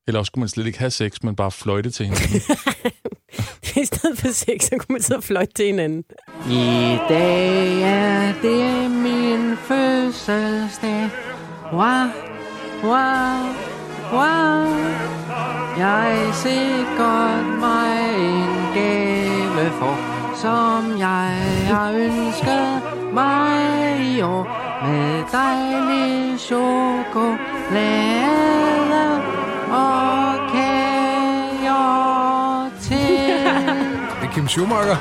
Eller også kunne man slet ikke have sex, men bare fløjte til hinanden.
I stedet for sex, så kunne man sidde og fløjte til hinanden.
I dag er det min fødselsdag. Wow, wow, wow. Jeg ser godt mig en gave for, som jeg har ønsket mig i år. Med dejlig chokolade og kager til.
det er Kim Schumacher,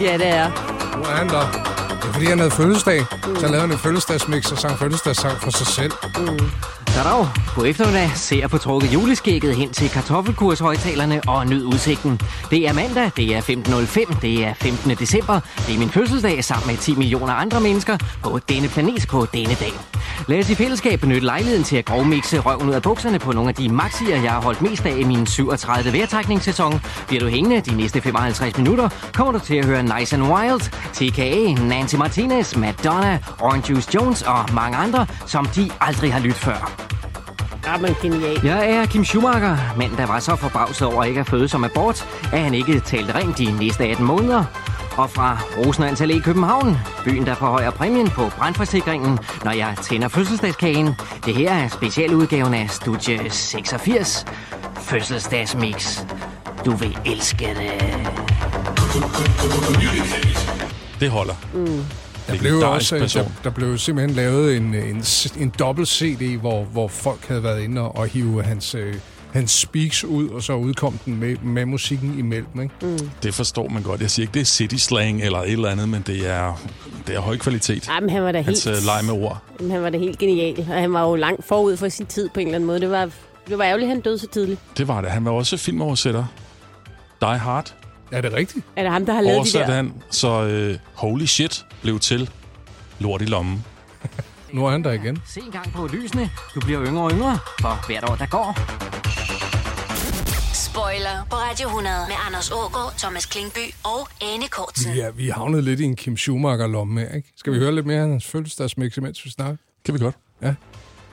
Ja, det er.
nu er han der. Det er fordi, han havde fødselsdag. Mm. Så lavede han en fødselsdagsmix og sang fødselsdagssang for sig selv. Mm.
Så dog, god eftermiddag. Se at få trukket juleskægget hen til kartoffelkurshøjtalerne og nyd udsigten. Det er mandag, det er 15.05, det er 15. december. Det er min fødselsdag sammen med 10 millioner andre mennesker på denne planet på denne dag. Lad os i fællesskab benytte lejligheden til at grovmixe røven ud af bukserne på nogle af de maxier, jeg har holdt mest af i min 37 vejrtrækningssæson. Bliver du hængende de næste 55 minutter, kommer du til at høre Nice and Wild, TKA, Nancy Martinez, Madonna, Orange Juice Jones og mange andre, som de aldrig har lyttet før.
Ah, men genial.
Jeg er Kim Schumacher, manden der var så forbavset over ikke at føde som abort, at han ikke talte rent de næste 18 måneder. Og fra Rosenørns Allé i København, byen der forhøjer præmien på brandforsikringen, når jeg tænder fødselsdagskagen. Det her er specialudgaven af Studie 86, Fødselsdagsmix. Du vil elske det.
det holder.
Mm.
Der blev jo
Legendarisk
også, der,
person.
der blev jo simpelthen lavet en, øh, en, en dobbelt CD, hvor, hvor folk havde været inde og, og hive hans, øh, hans speaks ud, og så udkom den med, med musikken imellem. Ikke?
Mm.
Det forstår man godt. Jeg siger ikke, det er city slang eller et eller andet, men det er, det er høj kvalitet.
Ej, men han var da
Hans
helt-
øh, leg med ord.
Jamen, han var da helt genial, og han var jo langt forud for sin tid på en eller anden måde. Det var, det var ærgerligt, at han døde så tidligt.
Det var det. Han var også filmoversætter. Die Hard
Er det rigtigt?
Er det ham, der har lavet de
oversatte
der?
han, så øh, Holy Shit blev til Lort i lommen.
Nu er han der igen.
Se en gang på lysene. Du bliver yngre og yngre, for hvert år, der går.
Spoiler på Radio 100 med Anders Ågaard, Thomas Klingby og Anne Kortsen.
Vi er, vi er havnet lidt i en Kim Schumacher-lomme her, ikke? Skal vi høre lidt mere af hans fødselsdagsmix, mens vi snakker?
Kan vi godt.
Ja.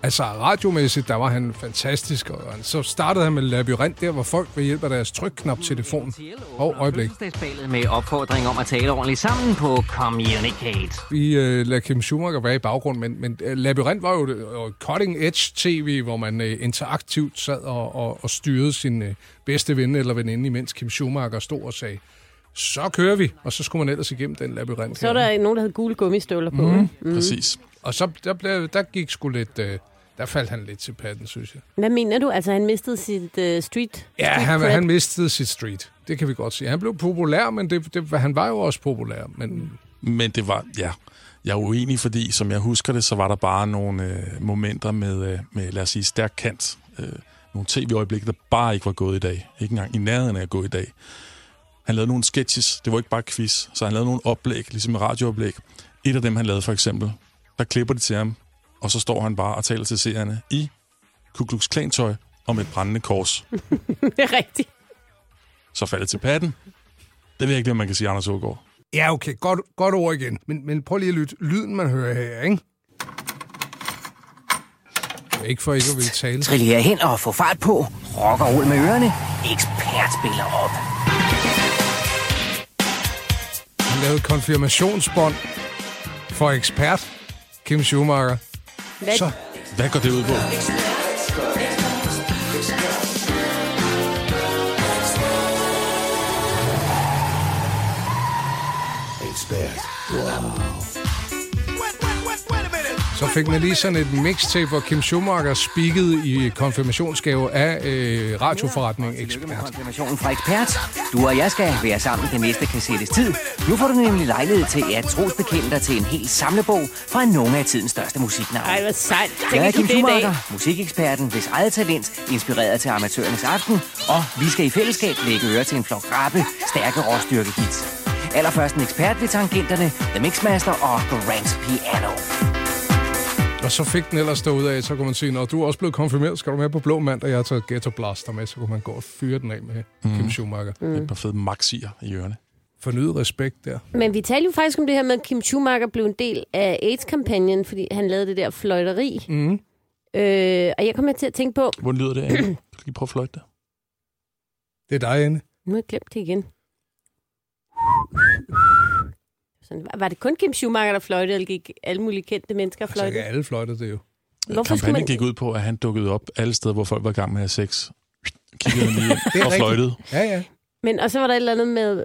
Altså, radiomæssigt, der var han fantastisk, og han- så startede han med labyrint der, hvor folk ved hjælp af deres trykknap telefonen. Og øjeblik.
Fødselsdagsballet med opfordring om at tale ordentligt sammen på Communicate.
Vi øh, lader Kim Schumacher være i baggrunden, men, men øh, Labyrinth var jo det- og cutting edge tv, hvor man øh, interaktivt sad og, og, og styrede sin øh, bedste ven eller veninde, imens Kim Schumacher stod og sagde, så kører vi, og så skulle man ellers igennem den labyrint.
Så er der nogen, der havde gule gummistøvler på.
Mhm.
ikke?
Og så der, blev, der gik sgu lidt, øh, der faldt han lidt til patten, synes jeg.
Hvad mener du? Altså, han mistede sit uh, street
Ja,
street
han,
cred?
han mistede sit street. Det kan vi godt sige. Han blev populær, men det, det, han var jo også populær. Men
Men det var, ja, jeg er uenig, fordi som jeg husker det, så var der bare nogle øh, momenter med, øh, med, lad os sige, stærk kant. Øh, nogle tv-øjeblikke, der bare ikke var gået i dag. Ikke engang i nærheden af at gå i dag. Han lavede nogle sketches, det var ikke bare quiz, så han lavede nogle oplæg, ligesom et radiooplæg. Et af dem, han lavede for eksempel, der klipper de til ham, og så står han bare og taler til seerne i Ku Klux Klan-tøj og med et brændende kors.
det er rigtigt.
Så falder det til patten. Det ved jeg ikke, hvad man kan sige, Anders Ågaard.
ja, okay, godt, godt ord igen. Men, men prøv lige at lytte. Lyden, man hører her, ikke? Ikke for ikke at ville tale.
Trillere hen og få fart på. Rock og rull med ørerne. Ekspert spiller op.
Han lavede konfirmationsbånd for ekspert Kim Schumacher.
Hvad?
Så,
Hvad går det ud på?
Ekspert.
så fik man lige sådan et mixtape, hvor Kim Schumacher speakede i konfirmationsgave af øh, radioforretning ekspert.
Informationen fra ekspert. Du og jeg skal være sammen den næste kassettes tid. Nu får du nemlig lejlighed til at trosbekende dig til en hel samlebog fra nogle af tidens største musiknavne.
Ej, hvor sejt.
Jeg er
Tænker du
Kim
det i dag?
Schumacher, musikeksperten, hvis eget talent inspirerede til amatørernes aften, og vi skal i fællesskab lægge øre til en flok rappe, stærke råstyrkehits. Allerførst en ekspert ved tangenterne, The Mixmaster og Grand Piano.
Og så fik den ellers derudad, så kunne man sige, når du er også blevet konfirmeret, skal du med på Blå Mandag, jeg har taget Ghetto Blaster med, så kunne man gå og fyre den af med mm. Kim Schumacher.
Mm. Et par fede maxier i ørerne.
Fornyet respekt der.
Men vi talte jo faktisk om det her med, at Kim Schumacher blev en del af AIDS-kampagnen, fordi han lavede det der fløjteri.
Mm.
Øh, og jeg kom her til at tænke på...
Hvor lyder det af? Kan du lige prøve at fløjte det?
Det er dig, Anne.
Nu har jeg glemt det igen. Sådan, var- var det kun Kim Schumacher, der fløjtede, eller gik alle mulige kendte mennesker og
Så kan
Altså,
fløjtede?
Altså, alle fløjte det jo.
Hvorfor skulle
Kampagnen
man-
man... gik ud på, at han dukkede op alle steder, hvor folk var i gang med at have sex. Kiggede han lige
Det
ind
er
og
rigtigt.
fløjtede.
Ja, ja.
Men, og så var der et eller andet med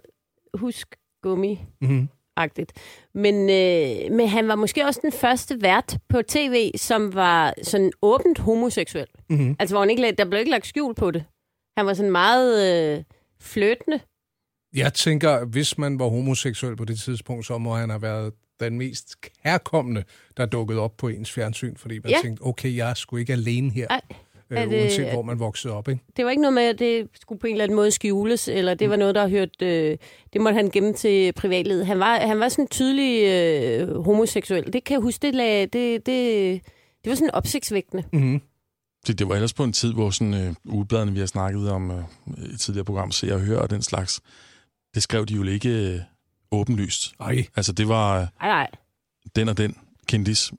husk gummi
Mm.
agtigt men, øh, men han var måske også den første vært på tv, som var sådan åbent homoseksuel.
Mhm.
Altså, hvor han ikke, lagde- der blev ikke lagt skjul på det. Han var sådan meget øh, fløtende.
Jeg tænker, hvis man var homoseksuel på det tidspunkt, så må han have været den mest kærkommende, der dukkede op på ens fjernsyn, fordi man
Ja.
ja. tænkte, okay, jeg er sgu ikke alene her,
Ej,
øh,
er det-
uanset hvor man voksede op. Ikke?
Det var ikke noget med, at det skulle på en eller anden måde skjules, eller det var noget, der hørte... Øh, det måtte han gemme til privatlivet. Han var, han var sådan tydelig øh, homoseksuel. Det kan jeg huske, det, lag, det, det, det var sådan opsigtsvægtende.
Mm-hmm.
Det, det var ellers på en tid, hvor sådan, øh, ugebladene, vi har snakket om øh, i et tidligere program, Se og Hør og den slags, det skrev de jo ikke øh, åbenlyst.
Ej.
Altså, det var øh,
Nej, nej.
den og den kendis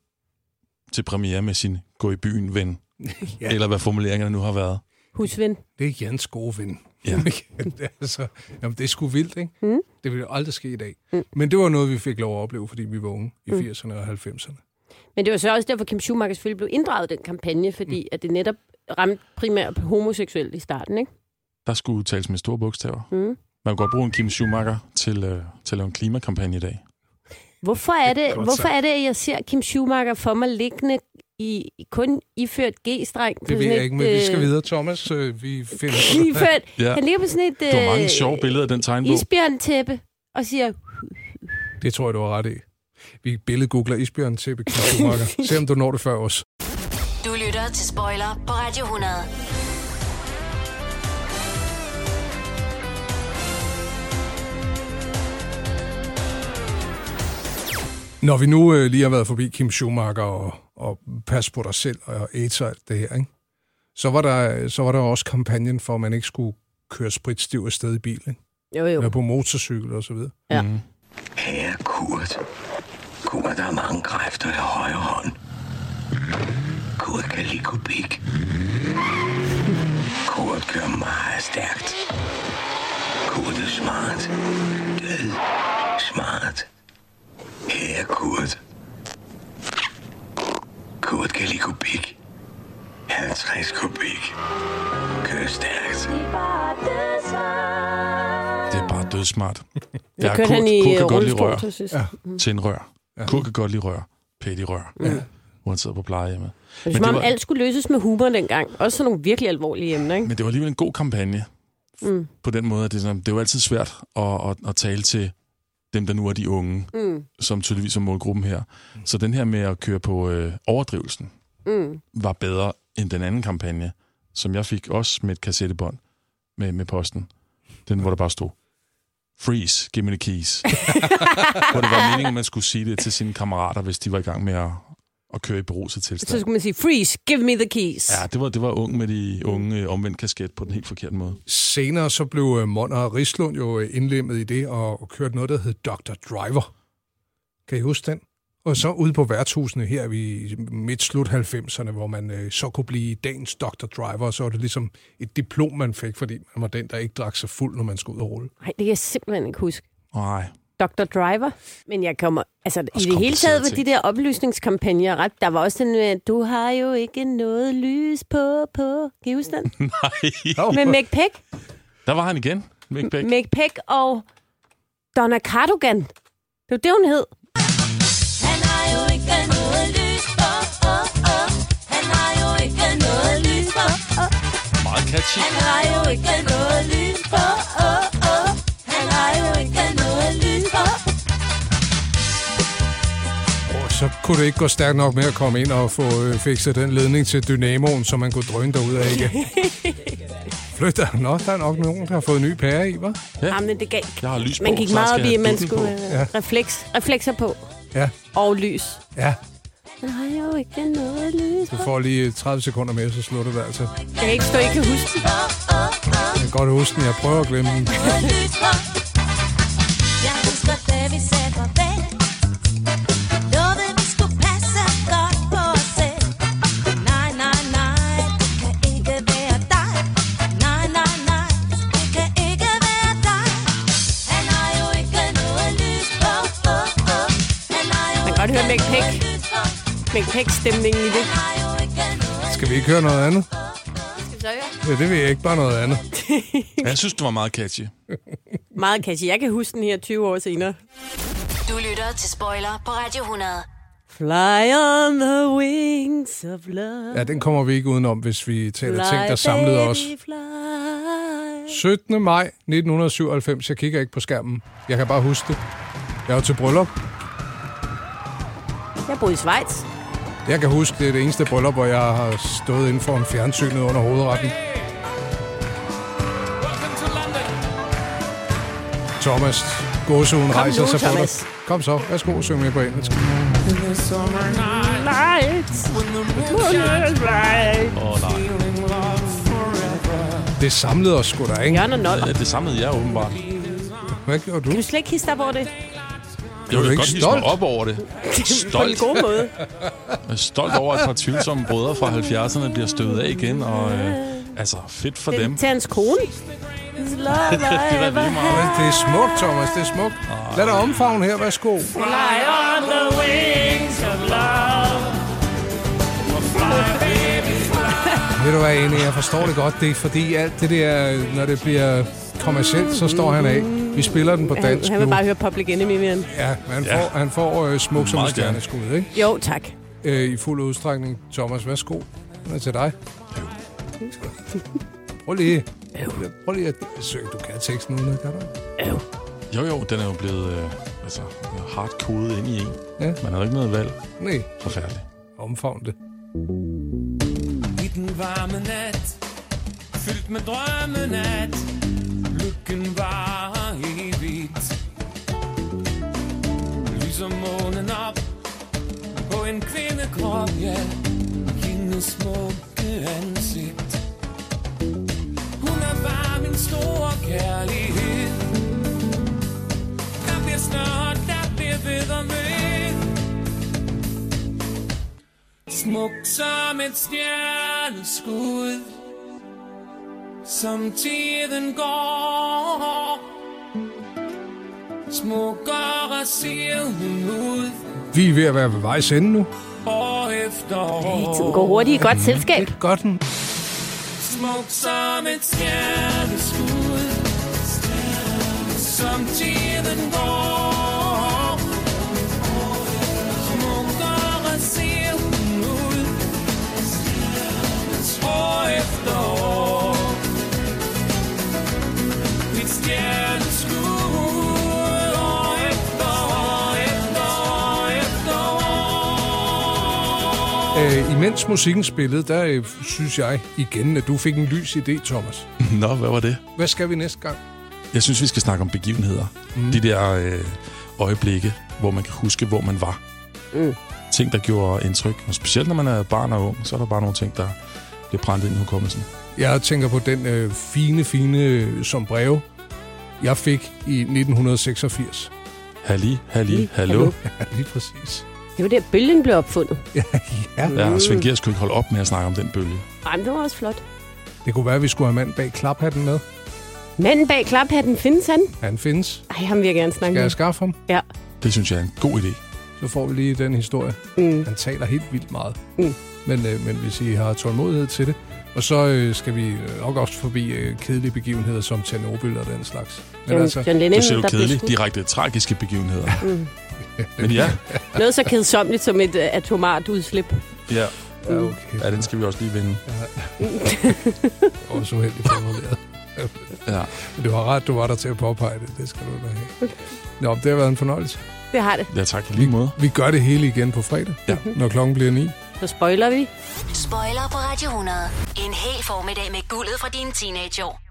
til premiere med sin gå i byen ven.
Ja.
ja. Eller hvad formuleringerne nu har været.
Husven.
Det er Jens gode ven.
Ja.
altså, jamen, det er sgu vildt, ikke?
Mm.
Det ville aldrig ske i dag. Mm. Men det var noget, vi fik lov at opleve, fordi vi var unge i
Mm.
80'erne og 90'erne.
Men det var så også derfor, Kim Schumacher selvfølgelig blev inddraget i den kampagne, fordi mm. at det netop ramte primært homoseksuelt i starten, ikke?
Der skulle tales med store bogstaver.
Mm.
Man kunne godt bruge en Kim Schumacher til, øh, til at lave en klimakampagne i dag.
Hvorfor er det,
Godt
hvorfor
sagt.
er det at jeg ser Kim Schumacher for mig liggende i, kun iført G-streng? på
Det ved
sådan
jeg
et,
ikke, men vi skal
øh,
videre, Thomas. Øh, Vi finder
Iført, ja.
Ja.
Han ligger på sådan et
Det var mange
øh,
sjove billeder af den tegnbog.
isbjørntæppe og siger,
Det tror jeg, du har ret i. Vi billedgoogler isbjørn til Kim Schumacher. Se om du når det før os.
Du lytter til Spoiler på Radio 100.
Når vi nu øh, lige har været forbi Kim Schumacher og, og pas på dig selv og AIDS og alt det her, ikke? Så var, der, så var der også kampagnen for, at man ikke skulle køre spritstiv afsted i bil, ikke?
Jo, jo.
Være på motorcykel og så videre.
Ja.
Mm.
Kære Kurt. Kurt har mange kræfter i højre hånd. Kurt kan lide kubik. Kurt kører meget stærkt. Kurt er smart. Død smart. Kære Kurt. Kurt kan lide kubik. 50 kubik. Kører stærkt.
Det er bare dødsmart.
Jeg kørte han i, øh, rullestol
rør.
til sidst.
Ja.
Mm.
Til en rør. Ja. Kurt kan godt lide rør. Pæt i rør. Ja. Hvor han sidder på plejehjemmet.
Det er som om, alt skulle løses med humor dengang. Også sådan nogle virkelig alvorlige emner, ikke?
men det var alligevel en god kampagne.
Mm.
På den måde, at det, er sådan, det er jo altid svært at, at, at tale til dem, der nu er de unge,
Mm.
som tydeligvis er målgruppen her. Så den her med at køre på øh, overdrivelsen,
Mm.
var bedre end den anden kampagne, som jeg fik også med et kassettebånd med, med posten. Den, hvor der bare stod, freeze, give me the keys. hvor det var meningen, at man skulle sige det til sine kammerater, hvis de var i gang med at, at køre i beruset
Så
tilstand.
skulle man sige, freeze, give me the keys.
Ja, det var, det var ung med de unge øh, omvendt kasket på den helt forkerte måde.
Senere så blev øh, Monner og Rislund jo øh, indlemmet i det og, og kørte noget, der hed Dr. Driver. Kan I huske den? Og så ude på værtshusene her i midt slut 90'erne, hvor man øh, så kunne blive dagens Dr. Driver, og så var det ligesom et diplom, man fik, fordi man var den, der ikke drak sig fuld, når man skulle ud og rulle.
Nej, det kan jeg simpelthen ikke huske.
Nej.
Dr. Driver. Men jeg kommer... Altså, i det hele
komplicerede
taget var de
ting.
der oplysningskampagner ret... Der var også den med, du har jo ikke noget lys på, på... Kan I huske den?
Nej.
Med Mick Peck.
Der var han igen, Mick Beck.
Mick Peck og Donna Cardigan. Det var det, hun hed.
Han har jo ikke noget lys på, oh, oh. Han har jo ikke noget lys på, oh.
Meget catchy.
Han har jo ikke noget lys på, oh, oh. Han har jo ikke noget lys på.
Og så kunne det ikke gå stærkt nok med at komme ind og få øh, fikset den ledning til dynamoen, så man kunne drøne derud af igen. Flytter. Nå, der er nok nogen, der har fået nye pære i, hva'?
Ja. Jamen, det gav...
Jeg har lys på,
man gik
så
meget
skal
op i,
jeg
at man
have
skulle
dutten på.
ja. refleks, reflekser på
Ja,
og lys.
ja.
Han har jo ikke noget lys
Du
på.
får lige 30 sekunder mere, så slutter det altså.
Jeg kan ikke stå, jeg kan huske den.
Jeg kan godt huske den, jeg prøver at glemme den.
Jeg husker, da vi sagde farvel. Lovede, vi skulle passe godt på os selv. Nej, nej, nej, det kan ikke være dig. Nej, nej, nej, det kan ikke være dig. Han har jo ikke noget lys på. Oh, oh. Han har jo
Man kan godt høre Mick
ikke
Peck.
noget lys på.
Mick Peck-stemningen i det.
Skal vi ikke høre noget andet?
Så ja.
Ja, det vil jeg ikke. Bare noget andet.
Jeg synes, det var meget catchy.
Meget catchy. Jeg kan huske den her 20 år senere.
Du lytter til Spoiler på Radio 100.
Fly on the wings of love.
Ja, den kommer vi ikke udenom, hvis vi taler ting, der samlede os. 17. maj 1997. Jeg kigger ikke på skærmen. Jeg kan bare huske det. Jeg var til bryllup.
Jeg boede i Schweiz.
Jeg kan huske, det er det eneste bryllup, hvor jeg har stået inden for en fjernsynet under hovedretten. Thomas, gåsehuden
Kom
rejser
nu,
sig på dig.
Thomas.
Kom så, værsgo, syng med på engelsk.
Lights when the moonshine bright.
Åh, nej.
Det samlede os sgu da, ikke?
Jørgen og Noller.
Det samlede jeg åbenbart.
Hvad gjorde du?
Kan du slet ikke hisse dig op over det?
Jeg
du
vil
ikke
godt hisse mig
stolt?
op over det.
På en
Stolt.
god måde.
Jeg er stolt over, at et par tvivlsomme brødre fra 70'erne bliver støvet af igen. Og, øh, altså, fedt for dem.
Til hans kone. This love
Det er da
I
lige
ever
meget.
had.
Det er smukt, Thomas, det er smukt. Lad dig omfavne her, værsgo.
Fly on the wings of love. Fly, baby, fly.
Ved du hvad, Ane, jeg forstår det godt. Det er fordi alt det der, når det bliver kommercielt, så står han af. Vi spiller den på
Han,
dansk
han vil
nu.
bare høre Public Enemy mere end.
Ja, men han får, han får øh, smuk som et
Meget gerne.
stjerneskud, ikke?
Jo, tak.
Øh, I fuld udstrækning. Thomas, værsgo. Den er til dig. Prøv lige. Prøv lige at søge. Du kan teksten uden, kan du?
Jo, jo, den er jo blevet øh, altså, hardkodet ind i en.
Ja.
Man havde ikke noget valg.
Nej.
Forfærdeligt.
Omfavn det.
I den varme nat, fyldt med drømmen at lykken var evigt. Lyser månen op på
en kvindekrop, ja Og hendes smukke ansigt Hun er bare min store kærlighed Der bliver snart, der bliver ved og ved Smuk som et stjerneskud Som tiden går Smukkere ser hun ud
Vi er ved at være ved vejs ende nu.
år efter år.
Tiden går hurtigt i godt selskab. Det
er godt.
Smuk som et stjerneskud, som tiden går. Smukkere ser hun ud, år efter år. Mit stjerneskud, år efter år, efter år, efter år.
Øh, imens musikken spillede, der øh, synes jeg igen, at du fik en lys idé, Thomas.
Nå, hvad var det?
Hvad skal vi næste gang?
Jeg synes, vi skal snakke om begivenheder. Mm. De der øh, øjeblikke, hvor man kan huske, hvor man var.
Mm.
Ting, der gjorde indtryk. Og specielt når man er barn og ung, så er der bare nogle ting, der bliver brændt ind i hukommelsen.
Jeg tænker på den øh, fine, fine øh, som breve, jeg fik i 1986.
Halli, halli, hallo.
Ja, lige præcis.
Det var der, bølgen blev opfundet.
Ja, ja og Svend Gers kunne ikke holde op med at snakke om den bølge.
Ej, men det var også flot.
Det kunne være, at vi skulle have manden bag klaphatten med.
Manden bag klaphatten, findes han?
Han findes.
Ej, ham vil jeg gerne snakke
Skal
med.
jeg skaffe ham?
Ja.
Det synes jeg er en god idé.
Så får vi lige den historie.
Mm.
Han taler helt vildt meget.
Mm.
Men, øh, men hvis I har tålmodighed til det. Og så øh, skal vi øh, nok også forbi øh, kedelige begivenheder som Tjernobyl og den slags. Men altså,
John- John Lennon,
Nu ser du
der blev
kedelige,
skudt.
direkte tragiske begivenheder.
Mm.
Men ja,
Noget så kedsomligt som et uh, atomart udslip.
ja.
Ja, okay.
ja, den skal vi også lige vinde.
Også uheldigt formuleret.
ja.
Men det var ret, du var der til at påpege det. Det skal du da have. Nå, det har været en fornøjelse.
Det har det.
Ja, tak lige måde.
Vi gør det hele igen på fredag, ja. når klokken bliver 9.
Så spoiler vi.
Spoiler på Radio 100. En hel formiddag med guldet fra dine teenageår.